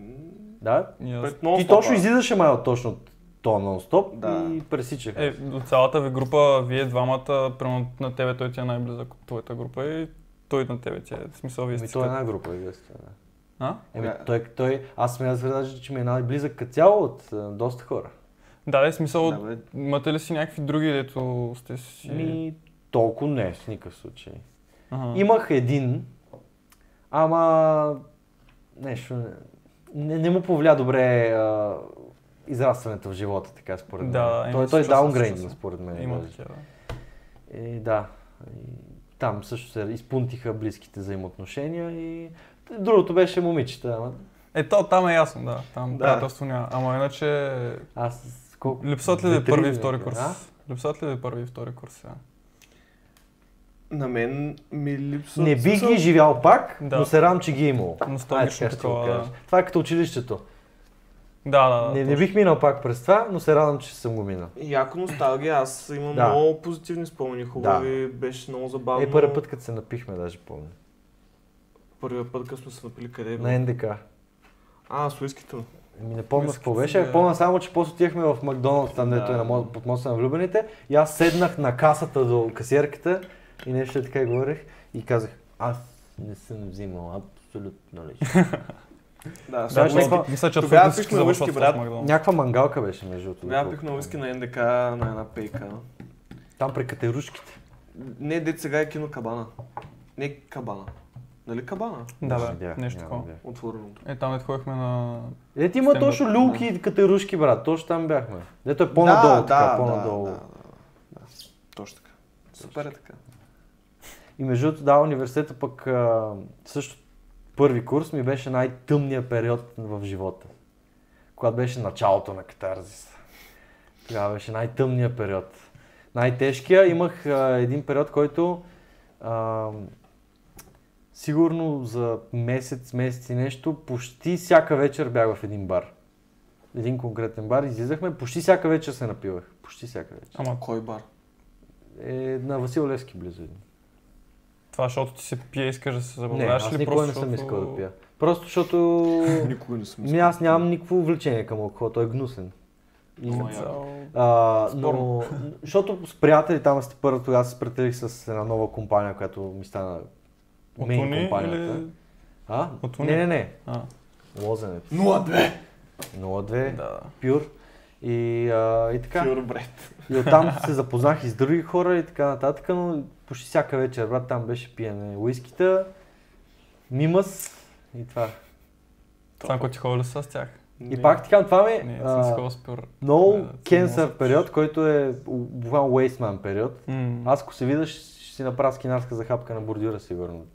S2: Да?
S3: И аз-
S1: пред нон-стопа.
S2: Е, Ти точно излизаше май от точно от то нон-стоп
S1: Да.
S2: и Ами, пресичах.
S3: Е, от цялата ви група, вие двамата, примерно на тебе той ти е най-близък от твоята група и той на тебе ти е. В смисъл, вие
S2: Еми,
S1: Ами
S3: сте.
S2: той е
S3: като-
S2: една група, и вие сте, да.
S3: А?
S2: Еми,
S1: Да.
S2: той, той, аз сме даже, че ми е най-близък като цяло от е, доста хора.
S3: Да, да, в смисъл,
S1: Да, бе.
S3: имате ли си някакви други, дето сте си...
S2: Ми, толкова не, в никакъв случай.
S3: Ага.
S2: Имах един, ама нещо не- не, не му повлия добре а, израстването в живота, така според мен.
S3: Да, да,
S2: той,
S3: има
S2: той е
S3: съчувствие,
S2: даунгрейден,
S3: съчувствие.
S2: според мен.
S3: Има
S1: Е,
S2: даже.
S3: такива.
S2: И, да. И, там също се изпунтиха близките взаимоотношения и другото беше момичета, ама
S3: Е, то, там е ясно, да. Там
S1: Да.
S3: приятелство няма. Ама иначе...
S2: аз колко...
S3: Липсват ли
S2: две,
S3: ви
S2: три
S3: първи и
S2: бяха,
S3: втори курс?
S2: а?
S3: Липсват ли ви първи и втори курс сега?
S1: На мен ми липсва.
S2: Не бих
S1: смисъл,
S2: ги живял пак,
S3: Да.
S2: но се рам, че ги е имало. Ай,
S3: Носталгично
S2: така ще го
S3: такова,
S2: кажа.
S3: да.
S2: Това е като училището.
S3: Да, да, да.
S2: Не, не бих минал пак през това, но се радвам, че съм го минал.
S1: Яко носталгия, аз имам
S2: Да.
S1: много позитивни спомени, хубави, беше много забавно.
S2: Е, първият път, като се напихме, даже помня.
S1: Първия път, като сме се напили къде е било?
S2: На НДК.
S1: А, суиските.
S2: Ами не помня
S3: Мисля,
S2: какво
S3: че
S2: беше,
S3: да.
S2: а помня само, че после отихме в Макдоналдс, там дето
S1: Да.
S2: е на мо- под моста на влюбените и аз седнах на касата до касиерката и нещо е така и говорех и казах, аз не съм взимал абсолютно нищо.
S1: Да,
S2: Да,
S1: суиските.
S2: ще-
S3: Мисля, мисля, че
S1: Тогава
S3: абсолютно всички
S1: пихме уиски,
S3: завършват в
S1: брат.
S3: Макдоналдс.
S2: Някаква мангалка беше между другото.
S1: Тогава
S2: доколкото
S1: пихме уиски
S2: помня.
S1: на НДК на една пейка.
S2: Там при катерушките.
S1: Не, дет сега е кино Кабана. Не Кабана. Нали Кабана?
S2: Даже
S3: Да,
S2: не
S3: бе,
S2: бях,
S3: нещо
S2: няма
S3: такова.
S2: да бях.
S1: Отвореното.
S3: Е, там не ходихме на...
S2: Е, ти има
S3: Стендъп,
S2: точно люлки и катерушки, брат, точно там бяхме. Дето е по-надолу,
S1: да,
S2: така,
S1: да,
S2: по-надолу.
S1: Да, да, да, да. Точно така. Супер е така.
S2: И между другото, да, университета пък а, също първи курс ми беше най-тъмният период в живота. Когато беше началото на катарзиса. Тогава беше най-тъмният период. Най-тежкия имах а, един период, който а, сигурно за месец, месец и нещо, почти всяка вечер бях в един бар. Един конкретен бар, излизахме, почти всяка вечер се напивах. Почти всяка вечер.
S3: Ама
S1: Кой бар?
S2: Е, на Васил Левски близо един.
S3: това, защото ти се пие, искаш да се
S2: Не,
S3: забавляваш
S2: аз
S3: ли?
S2: никога
S3: просто
S2: не съм
S3: защото-
S2: искал да пия. Просто защото
S1: Никой не съм
S2: ми Ами аз нямам никакво влечение към алкохол, той е гнусен. И...
S1: Ама
S3: Като
S1: яко.
S3: цяло-
S2: А, но,
S3: Спорно.
S2: защото с приятели там сте първо, тогава се спределих с една нова компания, която ми стана
S3: От
S2: мейн
S3: уни
S2: компанията.
S3: или...
S2: А?
S3: От уни?
S2: не, не, не.
S3: А,
S2: Лозенец.
S1: 0-2!
S2: 02,
S3: да.
S2: Пюр. И, а, и така.
S1: Пюр бред.
S2: И оттам се запознах и с други хора и така нататък, но почти всяка вечер, брат, там беше пиене уискита, мимас и това.
S3: Това, което ти ходи ли с тях?
S2: И пак ти казвам, това ми
S3: Не,
S2: е
S3: съм си ходил с пюр. Да,
S2: много
S3: да, ти
S2: кенсър
S3: мозък.
S2: период, който е буквално wasteman период. Аз ако се видя, ще ще си направя скинарска захапка на бордюра, сигурно.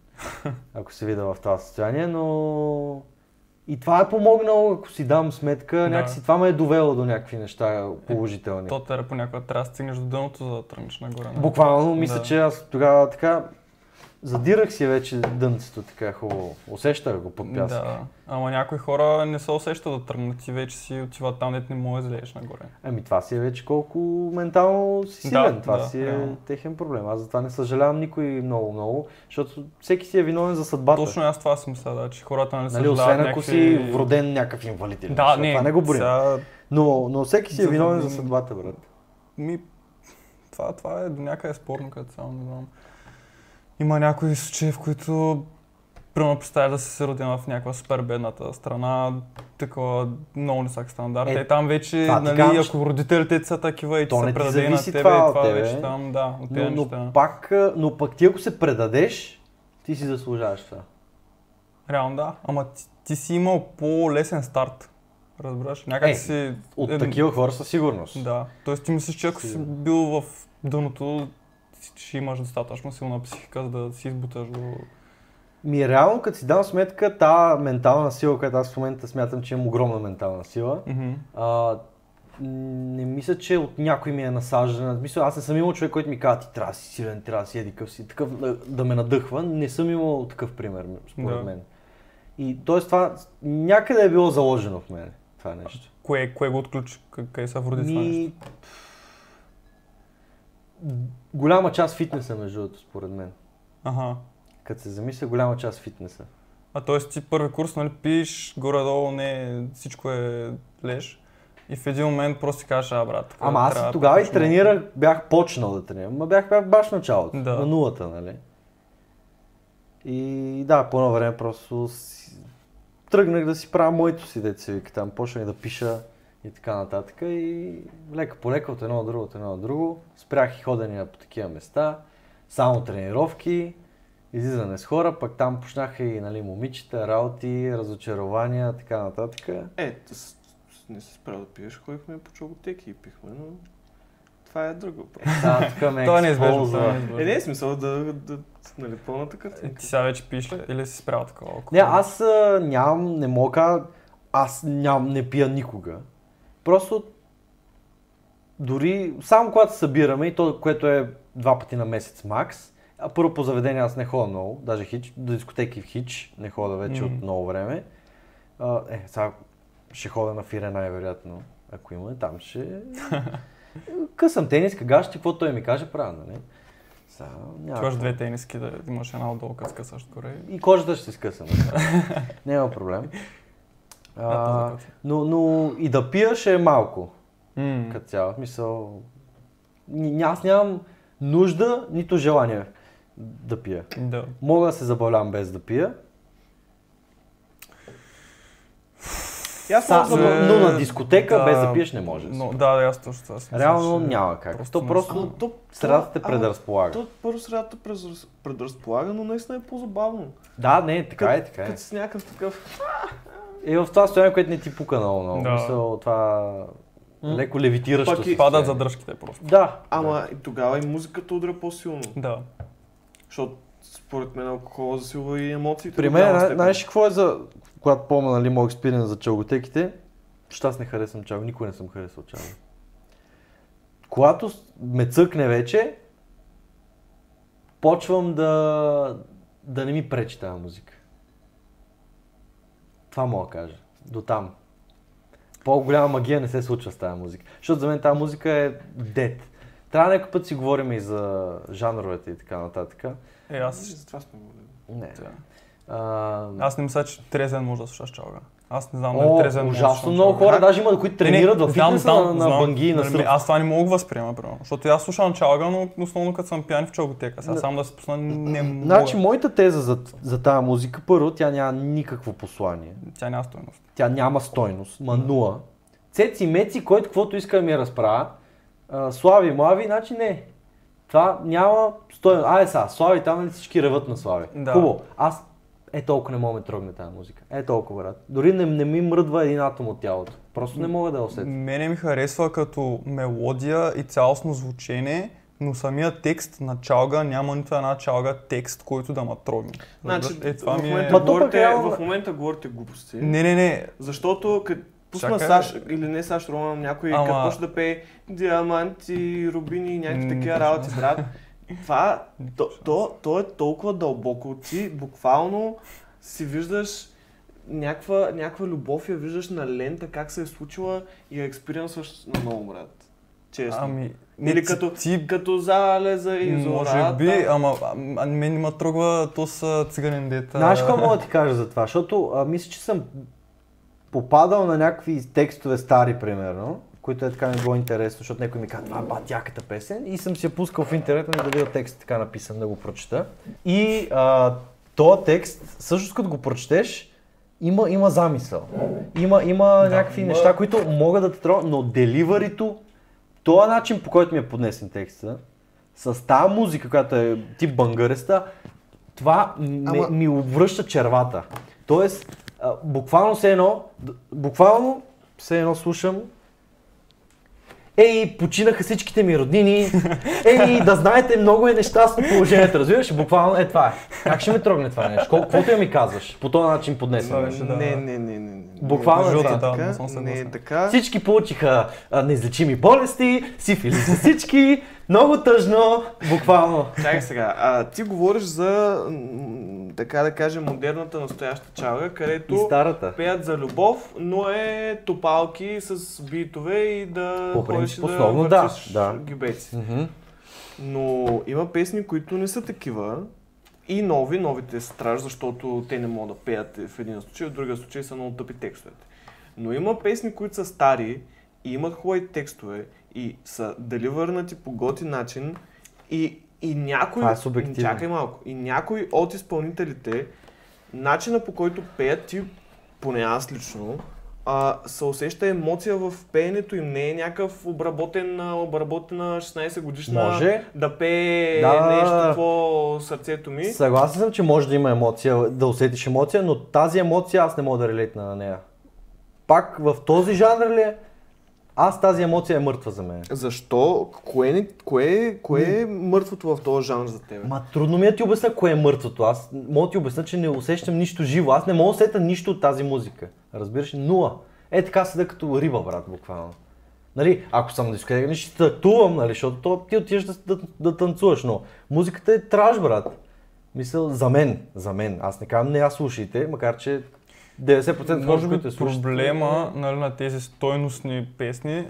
S2: Ако се видя в това състояние, но... И това е помогнало, ако си дам сметка, някакси това ме е довело до някакви неща положителни.
S3: Е, То тера понякога трябва да стигнеш до дъното, за да тръгнеш нагоре. нали?
S2: Буквално, мисля,
S3: Да.
S2: че аз тогава така задирах си вече дънцето така хубаво. Усещах го под пясък.
S3: Да, ама някои хора не се усещат да тръгнат и вече си отиват там, дето не може да излезеш нагоре.
S2: Ами това си е вече колко ментално си
S3: Да,
S2: силен. това
S3: да,
S2: си е
S3: реално.
S2: техен проблем. Аз затова не съжалявам никой много-много, защото всеки си е виновен за съдбата.
S3: Точно аз това съм сега, да, че хората не са
S2: Нали, освен ако си вроден някакъв инвалид. или
S3: Да,
S2: нещо.
S3: не,
S2: това не го борим.
S3: Сега,
S2: Но, но всеки си е
S3: За
S2: виновен за
S3: вроден-
S2: съдбата, брат.
S3: ми, това, това е до някъде спорно, като само не знам. Има някои случаи, в които Примерно представя да си се роден в някаква супер бедната страна, такова много нисък стандарт.
S2: Е,
S3: Е, те там вече,
S2: това ти
S3: нали,
S2: казвам, че-
S3: ако родителите ти са такива и ти
S2: То не
S3: се
S2: ти
S3: предаде на
S2: зависи
S3: тебе,
S2: това от
S3: това, това
S2: тебе.
S3: вече там, да, от тези
S2: Но, но
S3: неща.
S2: пак, а, но пък ти ако се предадеш, ти си заслужаваш това.
S3: Реално да, ама ти, ти си имал по-лесен старт. Разбираш? Някак
S2: Е,
S3: си...
S2: От
S3: е,
S2: такива хора със сигурност.
S3: Да. Тоест ти мислиш, че ако си
S2: Сигурно.
S3: бил в дъното, ти- ще имаш достатъчно силна психика, за да си избуташ до...
S2: Ми е реално, като си дам сметка, тази ментална сила, която аз в момента смятам, че имам огромна ментална сила,
S3: Мгм.
S2: а, не мисля, че от някой ми е насаждана. В Мисля, аз не съм имал човек, който ми казва, ти трябва да си силен, трябва да си еди къв си, такъв, да, да ме надъхва. Не съм имал такъв пример, според
S3: Да.
S2: мен. И т.е. това някъде е било заложено в мен, това нещо.
S3: Кое, кое го отключи? Къ- Къде се вроди това нещо?
S2: Голяма част фитнеса, между другото, според мен.
S3: Ага.
S2: Като се замисля, голяма част фитнеса.
S3: А т.е. ти първи курс, нали, пиш, горе-долу не, всичко е леш. И в един момент просто си кажеш, а брат, тук
S2: Ама аз
S3: трябва да
S2: тогава и
S3: почна.
S2: тренирах, бях почнал да тренирам, ма бях, бях баш в началото,
S3: Да.
S2: на нулата, нали? И да, по едно време просто си... тръгнах да си правя моето си деца вика там, почнах да пиша и така нататък и лека по лека от едно на друго, от едно на друго, спрях и ходене по такива места, само тренировки, излизане с хора, пък там почнаха и нали, момичета, работи, разочарования, така нататък.
S1: Е, т- с- с- не се спря да пиеш, ходихме по чоготеки и пихме, но това е друг въпрос.
S2: Та, тук ме
S3: Това не е неизбежно, това е
S2: ексползва.
S3: неизбежно.
S1: Е, не е смисъл да, да, да нали, пълната картинка.
S3: Ти сега вече пиеш ли? Или си спрял такова?
S2: Не, аз а, нямам, не мога, аз нямам, не пия никога. Просто дори само когато се събираме и то, което е два пъти на месец макс, а първо по заведение аз не ходя много, даже хич, до дискотеки в хич не хода вече
S3: Мгм.
S2: от много време. А, е, сега ще ходя на фире най-вероятно, ако има, там ще... Късам тениска, гащи, каквото той ми каже, правя, нали? Сега, няма
S3: Ти имаш
S2: какво.
S3: две тениски, да имаш една отдолу, като скъсаш горе. и-
S2: И кожата ще се скъсам. Няма проблем. А,
S3: Ето за
S2: но, но и да пия ще е малко,
S3: М.
S2: като цяло. В Мисъл, ни- аз нямам нужда, нито желание да пия.
S3: Да.
S2: Мога да се забавлявам без да пия,
S1: И аз
S2: са,
S1: мога
S2: но,
S1: да
S3: Е,
S2: но на дискотека без да пиеш не може.
S3: Но, да, да, аз точно това си мисля,
S2: Реално
S3: че-
S2: няма как.
S3: Значи, просто
S2: То
S3: не
S2: просто
S3: знам.
S1: Но то,
S2: средата те
S1: ама,
S2: предразполага.
S1: То първо средата презраз- предразполага, но наистина е по-забавно.
S2: Да, не, така е,
S1: Кът-
S2: така е.
S1: Като си някакъв такъв.
S2: Е в това състояние, което не ти пука много много.
S3: Да.
S2: Мисъл, това леко левитиращо.
S1: Пак и-
S2: състояние.
S3: Падат задръжките просто.
S2: Да.
S1: Ама и тогава и музиката удря по-силно.
S3: Да.
S1: Защото според мен алкохола засилва и емоциите.
S2: При
S1: до
S2: мен,
S1: голяма
S2: зна-
S1: степен.
S2: знаеш какво е за... Когато помня, нали, моят експириенс за чалготеките, че аз не харесвам чалга, никога не съм харесал чалга. Когато с- ме цъкне вече, почвам да, да не ми пречи тази музика. Това мога да кажа. До там. По-голяма магия не се случва с тази музика. Защото за мен тази музика е дед. Трябва някой път си говорим и за жанровете и така нататък.
S3: Е, аз...
S1: За това сме говорили.
S2: Не.
S3: да.
S2: А,
S3: Аз не мисля, че трезвен може да слушаш чалга. Аз не знам дали
S2: О,
S3: трезвен може да
S2: ужасно
S3: слушам
S2: много
S3: чалга.
S2: хора,
S3: Как?
S2: даже има, които тренират
S3: Не,
S2: в
S3: не, знам,
S2: фитнеса
S3: знам,
S2: на, на
S3: знам.
S2: банги и на
S3: Нали,
S2: сръб.
S3: Аз това не мога да го възприема, примерно. Защото аз слушам чалга, но основно като съм пиян в чалготека. Сега
S2: Не.
S3: сам да се пусна не мога.
S2: Значи, моята теза за, за тази музика, първо, тя няма никакво послание.
S3: Тя няма стоеност.
S2: Тя няма стойност, ма нула. Цеци меци, който каквото иска да ми разправя, а, слави млави, значи не. Това няма стойност. Айде сега, слави там нали всички реват на слави.
S3: Да.
S2: Хубаво. Аз е толкова не мога да ме трогне тази музика. Е толкова, брат. Дори не, не ми мръдва един атом от тялото. Просто не мога да я усетя.
S3: Мене ми харесва като мелодия и цялостно звучение, но самия текст на чалга няма нито една чалга текст, който да ма трогне.
S1: Значи,
S3: е, това
S1: в,
S3: ми е...
S1: момента
S2: Ма то пък
S1: говорите,
S2: реално-
S1: в момента говорите глупости.
S3: Не, не, не.
S1: Защото като пусна
S3: Чакай,
S1: Саш,
S3: бе.
S1: или не Саш Роман, някой
S3: Ама-
S1: като почне да пее диаманти, рубини и някакви
S3: М,
S1: такива
S3: точно.
S1: работи, брат. Това, то, то, то е толкова дълбоко. Ти буквално си виждаш някаква, някаква любов я виждаш на лента, как се е случила и я експириенсваш на ново, брат. Честно.
S3: Ами, не,
S1: Или
S3: ти-
S1: като,
S3: ти,
S1: като залеза и зората.
S3: може би, ама, ама мен не ме трогва то с циганен дета.
S2: Знаеш какво мога да ти кажа за това? Защото а, мисля, че съм попадал на някакви текстове стари, примерно, които е така ми било интересно, защото някой ми каза, това е бат яката песен и съм си я пускал в интернет ми да видя текст така написан, да го прочета. И а, то текст, всъщност като го прочетеш, има, има замисъл. Има, има някакви
S3: има-
S2: неща, които могат да те трогнат, но деливарито, този начин по който ми е поднесен текста, с тази музика, която е тип бангареста, това ме,
S4: Ама-
S2: ми обвръща червата. Тоест, а, буквално все едно, д- буквално все едно слушам Ей, починаха всичките ми роднини. Ей, да знаете, много е нещастно положението, разбираш? Буквално е това е. Как ще ме трогне това нещо? Кол- Каквото я ми казваш? По този начин поднесено.
S3: беше, да.
S1: Не, не, не, не, не. не.
S2: Буквално е
S3: Жълта,
S2: това.
S3: да.
S1: Така,
S3: не съм съгласен.
S1: не е така.
S2: Всички получиха а, неизлечими болести, сифилис за всички, много тъжно, буквално.
S1: Чакай сега, а, ти говориш за, м, така да кажем, модерната настояща чалга, където
S2: И старата.
S1: пеят за любов, но е топалки с битове и да
S2: По принцип,
S1: ходиш и
S2: основно
S1: да,
S2: да,
S1: въртиш
S2: да.
S1: гюбеци.
S2: Мгм.
S1: Но има песни, които не са такива и нови, новите е страж, защото те не могат да пеят в един случай, в другия случай са много тъпи текстовете. Но има песни, които са стари и имат хубави текстове и са дали върнати по готи начин и, и някой...
S2: Това е субективно.
S1: Чакай малко. И някой от изпълнителите, начина по който пеят ти, поне аз лично, а, се усеща емоция в пеенето им, не е някакъв обработен, а, обработена 16 годишна
S2: Може.
S1: да пее
S2: Да, да,
S1: нещо
S2: да.
S1: по сърцето ми.
S2: Съгласен съм, че може да има емоция, да усетиш емоция, но тази емоция аз не мога да релейтна на нея. Пак в този жанр ли е, аз тази емоция е мъртва за мен.
S1: Защо? Кое, не- кое, кое е мъртвото в този жанр за теб?
S2: Ма трудно ми е да ти обясня кое е мъртвото. Аз мога да ти обясня, че не усещам нищо живо. Аз не мога да усета нищо от тази музика. Разбираш? ли? Нула. Е така седа като риба, брат, буквално. Нали, ако съм на дискотека, нали, ще тактувам, нали, защото то ти отиваш да, да, да танцуваш, но музиката е траж, брат. Мисъл, за мен, за мен. Аз не казвам, не я слушайте, макар че 90%
S3: Може
S2: може
S3: би
S2: които я слушат.
S3: проблема нали, на тези стойностни песни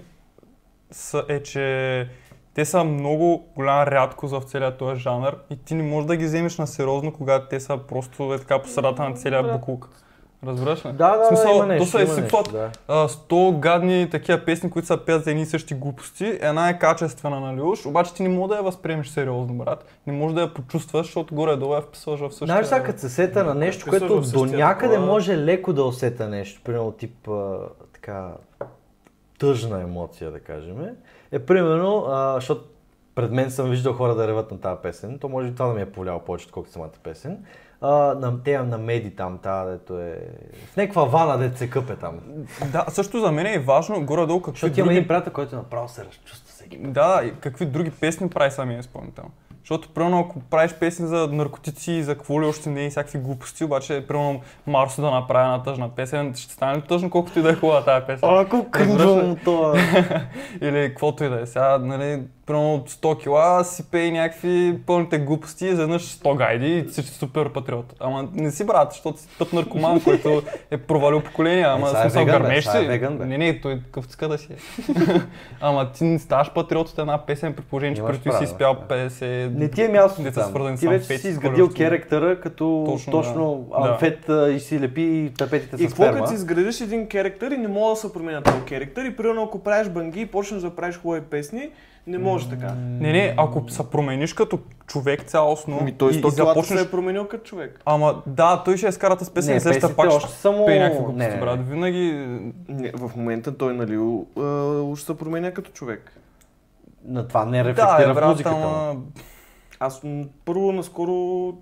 S3: са, е, че те са много голяма рядкост в целия този жанр и ти не можеш да ги вземеш на сериозно, когато те са просто е така по средата на целия буклук. Разбираш ли?
S2: Да, да,
S3: В
S2: да,
S3: смисъл, е
S2: има нещо,
S3: то се
S2: има нещо,
S3: изсипват
S2: да.
S3: а, 100 гадни такива песни, които са пеят за едни и същи глупости. Една е качествена, нали уж, обаче ти не може да я възприемеш сериозно, брат. Не можеш да я почувстваш, защото горе-долу я вписваш в същия...
S2: Знаеш, сега като се сета на нещо,
S1: Те
S2: което
S1: всъщност
S2: до
S1: същия
S2: някъде
S1: такова.
S2: може леко да усета нещо, примерно тип а, така тъжна емоция, да кажем, е примерно, а, защото пред мен съм виждал хора да реват на тази песен, то може би това да ми е повлияло повече, отколкото самата песен. А, на, те на меди там, тази, дето е... В някаква вана, дето се къпе там.
S3: Да, също за мен е важно горе-долу какви
S2: Защото имам
S3: други
S2: един приятел, е който направо се разчувства всеки. път.
S3: Да, и какви други песни прави самия изпълнител. Защото, примерно, ако правиш песни за наркотици и за какво ли още не и всякакви глупости, обаче, примерно, Марсо да направи една тъжна песен, ще стане ли тъжно колкото и да е хубава тази песен?
S2: Ако кринжвам от това.
S3: Или каквото и да е. Сега, нали, примерно, от 100 кила си пее някакви пълните глупости, изведнъж 100 гайди и си супер патриот. Ама не си брат, защото си път наркоман, който е провалил поколение, ама
S2: сега е
S3: смисъл
S2: веган, бе,
S3: гърмеш
S2: сега е
S3: си.
S2: веган, бе.
S3: Не, не, той какъв иска да си е. Ама ти не ставаш патриот от една песен, при положение, че
S2: Имаш
S3: преди си
S2: право,
S3: изпял
S2: да.
S3: 50...
S2: Не ти е мястото
S3: деца, свързани
S2: там.
S3: с
S2: Ти вече
S3: амфет,
S2: си
S3: с
S2: изградил
S3: колещо.
S2: керектъра като
S3: Точно,
S2: точно,
S3: да.
S2: амфет а, и си лепи тапетите
S1: И
S2: с
S1: какво като
S2: сперма.
S1: си изградиш един керактер и не може да се променя този керактер и примерно ако правиш банги и почнеш да правиш хубави песни, не може така.
S3: Не, не, ако се промениш като човек цялостно
S1: Ами той
S3: и,
S1: 100
S3: и
S1: килата
S3: започнеш...
S1: се е променил като човек.
S3: Ама да, той ще е скарата с песен
S2: Не,
S3: и след това
S2: песните
S3: пак
S2: още
S3: ще
S2: само-
S3: пее някакви
S2: Не,
S3: глупости,
S2: не, не.
S3: брат. Винаги...
S1: Не, в момента той нали а, уж се променя като човек.
S2: На това не
S3: Да,
S2: рефлектира
S3: е,
S2: в
S3: брат,
S2: музиката. му.
S3: ама...
S1: Аз м, първо наскоро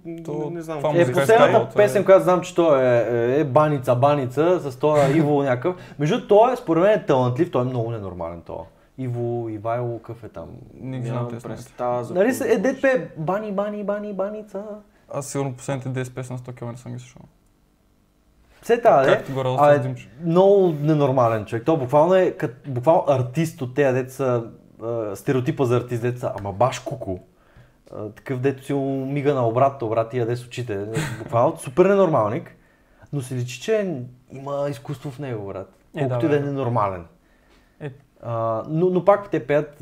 S1: м,
S3: То-
S1: не знам.
S3: това
S1: какво
S2: Е,
S1: да
S3: музика е
S1: кажа.
S2: последната
S3: скандал, това е.
S2: песен, която знам, че той е, е, е баница, баница, с този Иво някакъв. Между другото, той е, според мен е талантлив, той е много ненормален това. Иво, Ивайло, какъв е там?
S3: Не ги знам
S1: Нямам
S3: тези песни.
S1: представа за
S2: Нали
S1: кой
S2: се, е,
S1: говориш.
S2: ДП, бани, бани, бани, баница.
S3: Аз сигурно последните 10 песни на 100 км не съм ги слушал.
S2: Все това, да.
S3: Както го радостта с
S2: е, А, е
S3: Димчо.
S2: много ненормален човек. То буквално е като буквално артист от тези деца, а, стереотипа за артист деца, ама баш куку. А, Такъв дето си му мига на обрат, обрат и яде с очите. Буквално супер ненормалник, но се личи, че има изкуство в него, брат.
S3: Е,
S2: Колкото
S3: да,
S2: и да е
S3: бе.
S2: ненормален.
S3: Е.
S2: А, но, но пак те пеят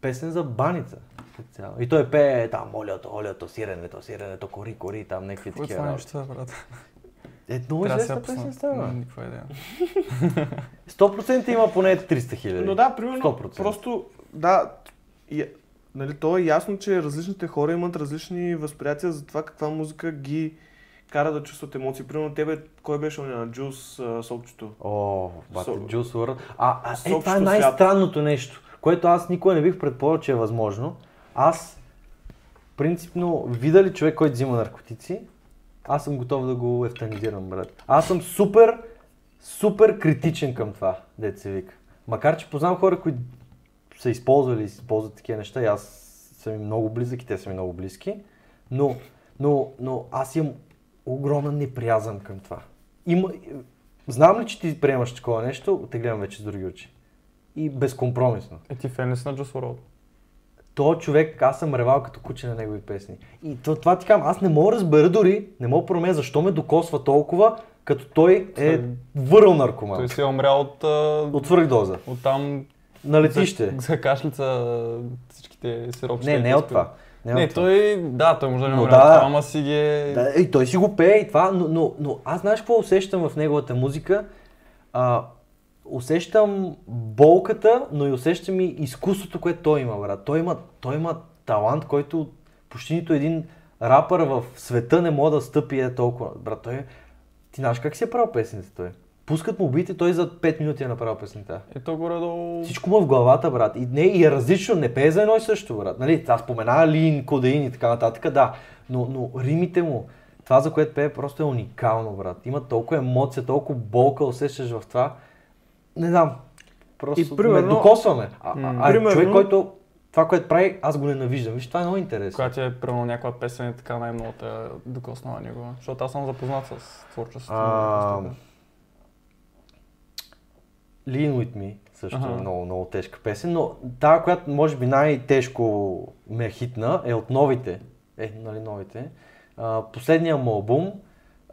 S2: песен за баница. като цяло. И той пее там, олиото, олиото, сиренето, сиренето, кори, кори, там някакви
S3: Какво е
S2: такива
S3: това
S2: работи.
S3: нещо, бе, брат?
S2: Е, много
S3: Трябва да се
S2: известна
S3: я
S2: песен
S3: пусна.
S2: става.
S3: Нямам Никаква идея.
S2: 100% има поне 300 хиляди.
S1: Но да, примерно,
S2: 100%.
S1: просто, да, и, нали, то е ясно, че различните хора имат различни възприятия за това каква музика ги кара да чувстват емоции. Примерно тебе, кой беше оня на Джус а, сокчето?
S2: О, бате,
S1: Со-
S2: Juice WRLD. А, а е,
S1: Сообщо
S2: това е
S1: свят.
S2: най-странното нещо, което аз никога не бих предполагал, че е възможно. Аз, принципно, вида ли човек, който взима наркотици, аз съм готов да го евтанизирам, брат. Аз съм супер, супер критичен към това, дет се вика. Макар, че познавам хора, които са използвали и използват такива неща и аз съм им много близък и те са ми много близки, но, но, но аз имам огромна неприязън към това. Има, знам ли, че ти приемаш такова нещо, те гледам вече с други очи. И безкомпромисно.
S3: Е, ти фен ли си на Juice WRLD?
S2: То човек, аз съм ревал като куче на негови песни. И то, това ти казвам, аз не мога да разбера дори, не мога да променя защо ме докосва толкова, като той е
S3: Той-
S2: върл наркоман.
S3: Той си е умрял от... а,
S2: От свръхдоза.
S3: От там...
S2: На летище.
S3: За кашлица всичките сиропчета.
S2: Не,
S3: и
S2: не е от
S3: тестове.
S2: това. Не, е
S3: Не,
S2: от това.
S3: той... Да, той може да не
S2: Но
S3: умрял от
S2: да.
S3: това, ама си ги е...
S2: Да, и той си го пее и това, но, но, но аз знаеш какво усещам в неговата музика? А, усещам болката, но и усещам и изкуството, което той има, брат. Той има, той има талант, който почти нито един рапър в света не може да стъпи е толкова. Брат, той... е- Ти знаеш как си е правил песните той? Пускат му бити, той за 5 минути е направил песента.
S3: Е, то горе-долу...
S2: Всичко му е в главата, брат. И не и е различно, не пее за едно и също, брат. Нали? Аз спомена Лин, Кодеин и така нататък, да. Но, но римите му, това за което пее, просто е уникално, брат. Има толкова емоция, толкова болка усещаш в това. Не знам. Просто
S1: И примерно-
S2: ме докосваме. А, а,
S3: М.
S2: а
S1: Примерно-
S2: човек, който това, което прави, аз го ненавиждам. Виж, това е много интересно.
S3: Която е примерно някаква песен и така най-много те е докоснала него. Защото аз съм запознат с творчеството.
S2: А,
S3: на
S2: Lean With Me също
S3: Аха.
S2: е много, много тежка песен, но тази, която може би най-тежко ме хитна е от новите. Е, нали новите. А, последния му албум.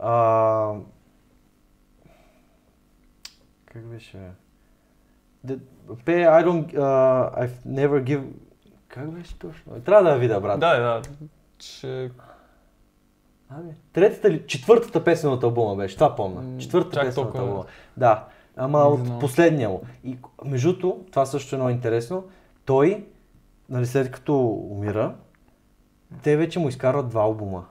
S2: А, как беше? бе? Де- Пе I don't, а, I've never give... Как беше точно? Трябва да я видя, брат.
S3: Да, да. Че...
S2: Абе, третата ли, четвъртата песен от албума беше, това помня.
S3: М,
S2: Четвъртата
S3: чак
S2: песен
S3: толкова,
S2: от
S3: бе.
S2: албума. Да, ама
S3: Не
S2: от
S3: знам.
S2: последния му. И между другото, това също е много интересно, той, нали, след като умира, те вече му изкарват два албума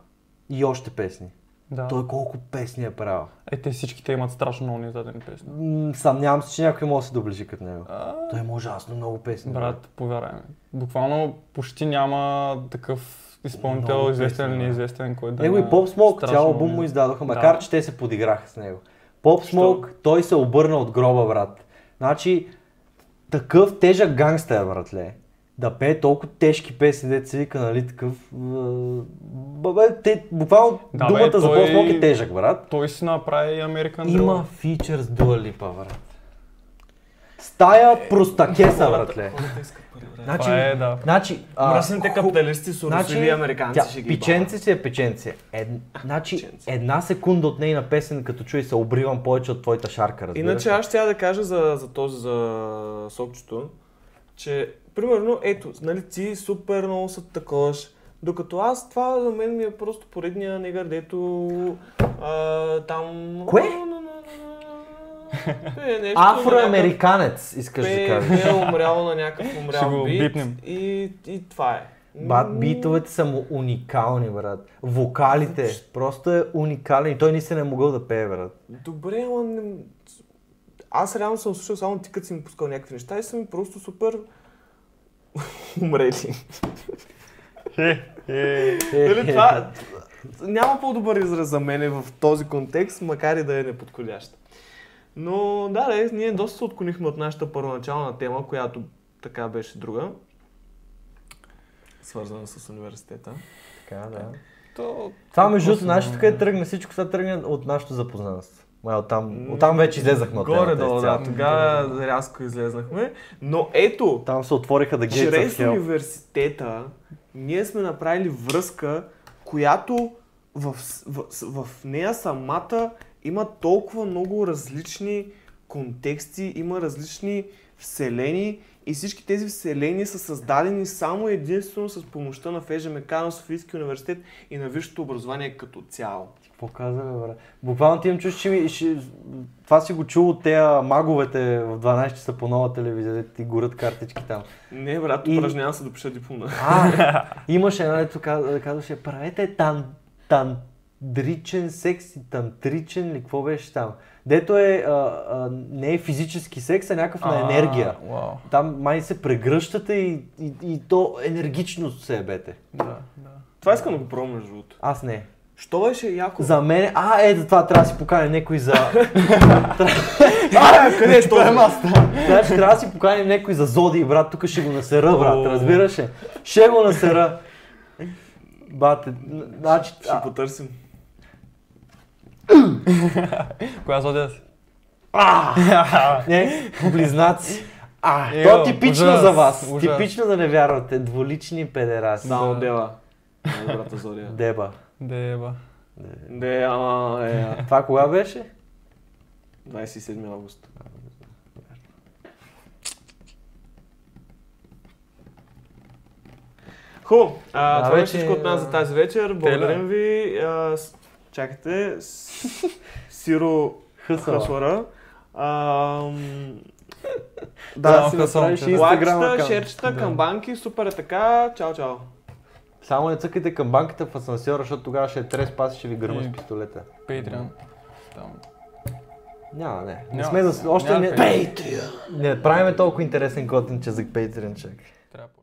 S2: и още песни.
S3: Да.
S2: Той колко песни е правил.
S3: Е, те всичките имат страшно много неиздадени песни.
S2: М, Съмнявам се, че някой може да се доближи като него.
S3: А,
S2: Той има ужасно много песни.
S3: брат, повярвай ми. Буквално почти няма такъв изпълнител,
S2: Много
S3: известен
S2: песни,
S3: или
S2: да.
S3: неизвестен, който да
S2: Него и
S3: няма
S2: Поп Смок
S3: страшно
S2: цял албум
S3: много.
S2: му издадоха,
S3: Да.
S2: макар че те се подиграха с него. Поп Смок, той се обърна от гроба, брат. Значи, такъв тежък гангстер, братле. Да пее толкова тежки песни, дето се вика, нали, такъв... е, Бабе, те, буквално
S3: Да, бе,
S2: думата за
S3: той-
S2: Поп Смок е тежък, брат.
S3: Той си направи American Drill.
S2: Има фичър с Дуа Липа, брат. Стая простакеса, братле.
S1: Хората искат пари, брат.
S2: Значи,
S3: Това е, да.
S2: значи, а,
S1: Мръсните капиталисти,
S3: Значи,
S1: суросили американци
S2: Значи, тя-
S1: ще ги
S2: печенце си е печенце. Ед, значи,
S1: Печенце.
S2: една секунда от нейна песен, като чуй, се обривам повече от твоята шарка, разбираш.
S1: Иначе
S2: ли?
S1: аз ще я да кажа за, за този, за сокчето, че примерно, ето, нали, ти супер много се таковаш, докато аз това за мен ми е просто поредния негър, дето а, там...
S2: Кое?
S1: Е, нещо,
S2: Афроамериканец, искаш да
S1: някакъв
S2: кажеш.
S1: пе- Е умрял на някакъв
S3: Ще
S1: умрял
S3: го
S1: бит
S3: бипнем.
S1: и, и това е.
S2: Бат, битовете са му уникални, брат.
S1: Значи,
S2: Вокалите, просто е уникален. И той не се не могъл да пее, брат.
S1: Добре, ама не... Аз реално съм слушал само ти, като си ми пускал някакви неща и са ми просто супер умрели.
S2: Е,
S1: Дали е, Нали, това... Няма по-добър израз за мене в този контекст, макар и да е неподходящ. Но да, да, ние доста се отклонихме от нашата първоначална тема, която така беше друга. Свързана с университета.
S2: Така, да.
S3: То...
S2: Това между другото, нашето къде тръгна, всичко сега тръгна от нашето запознанство. Май, оттам, оттам вече излезахме от
S1: Горе
S2: темата е
S1: долу, да,
S2: изцяло.
S1: тогава рязко излезнахме. Но ето,
S2: Там се отвориха да гейт
S1: чрез университета ние сме направили връзка, която в, с- в, с- в нея самата има толкова много различни контексти, има различни вселени и всички тези вселени са създадени само и единствено с помощта на ФЖМК, на Софийския университет и на висшето образование като цяло.
S2: Какво каза, бе, брат? Буквално ти им чуш, че ми, ще... това си го чул от тея маговете в 12 часа по нова телевизия, де ти горят картички там.
S1: Не, брат,
S2: И-
S1: упражнявам се да пиша диплома.
S2: А, имаше една, дето каз- казваше, правете тан, тантричен секс и тантричен ли, какво беше там? Дето е, а, а, не е физически секс, а някакъв на енергия.
S3: А, Вау.
S2: Там май се прегръщате и, и, и то енергично се ебете.
S3: Да, да.
S1: Това искам да го пробвам между другото.
S2: Аз не.
S1: Що беше яко?
S2: За мен, а, ето това трябва да си поканя някой за...
S1: А, къде е този?
S2: Значи трябва да си поканим някой за зоди, брат, тук ще го насера, брат,
S1: О.
S2: разбираш ли? Ще го насера. Бате, н- значи...
S1: Ще потърсим.
S3: Коя зодия си?
S2: А, не, близнаци. А,
S3: Йо,
S2: то е типично
S3: ужас,
S2: за вас,
S3: ужас.
S2: типично да не вярвате, дволични педераси.
S1: Само Дева. Добрата Зория.
S2: Деба.
S3: Деба.
S1: Де, ама, е, а,
S2: Това кога беше?
S1: 27 август. Хубаво, а,
S2: Да,
S1: това е
S2: вече-
S1: всичко от нас за тази вечер. Благодарим ви. А, с- чакайте. с- Сиро
S2: Хъсала.
S1: Хъслара. Ам,
S2: Да,
S3: Да,
S2: си
S3: Хъсала,
S2: направиш
S3: да.
S2: инстаграм
S1: Лайкчета,
S2: аккаунт.
S1: шерчета, камбанки, супер е така. Чао, чао.
S2: Само не цъкайте към банката в асансьора, защото тогава ще е трес пас и ще ви гърма с
S3: М.
S2: пистолета.
S3: Patreon. Там.
S2: Няма, не. Не
S3: Няма,
S2: сме за... Още
S3: няма
S2: не...
S3: Patreon.
S2: Не правиме толкова интересен контент, че за Patreon чак.
S3: Трябва по-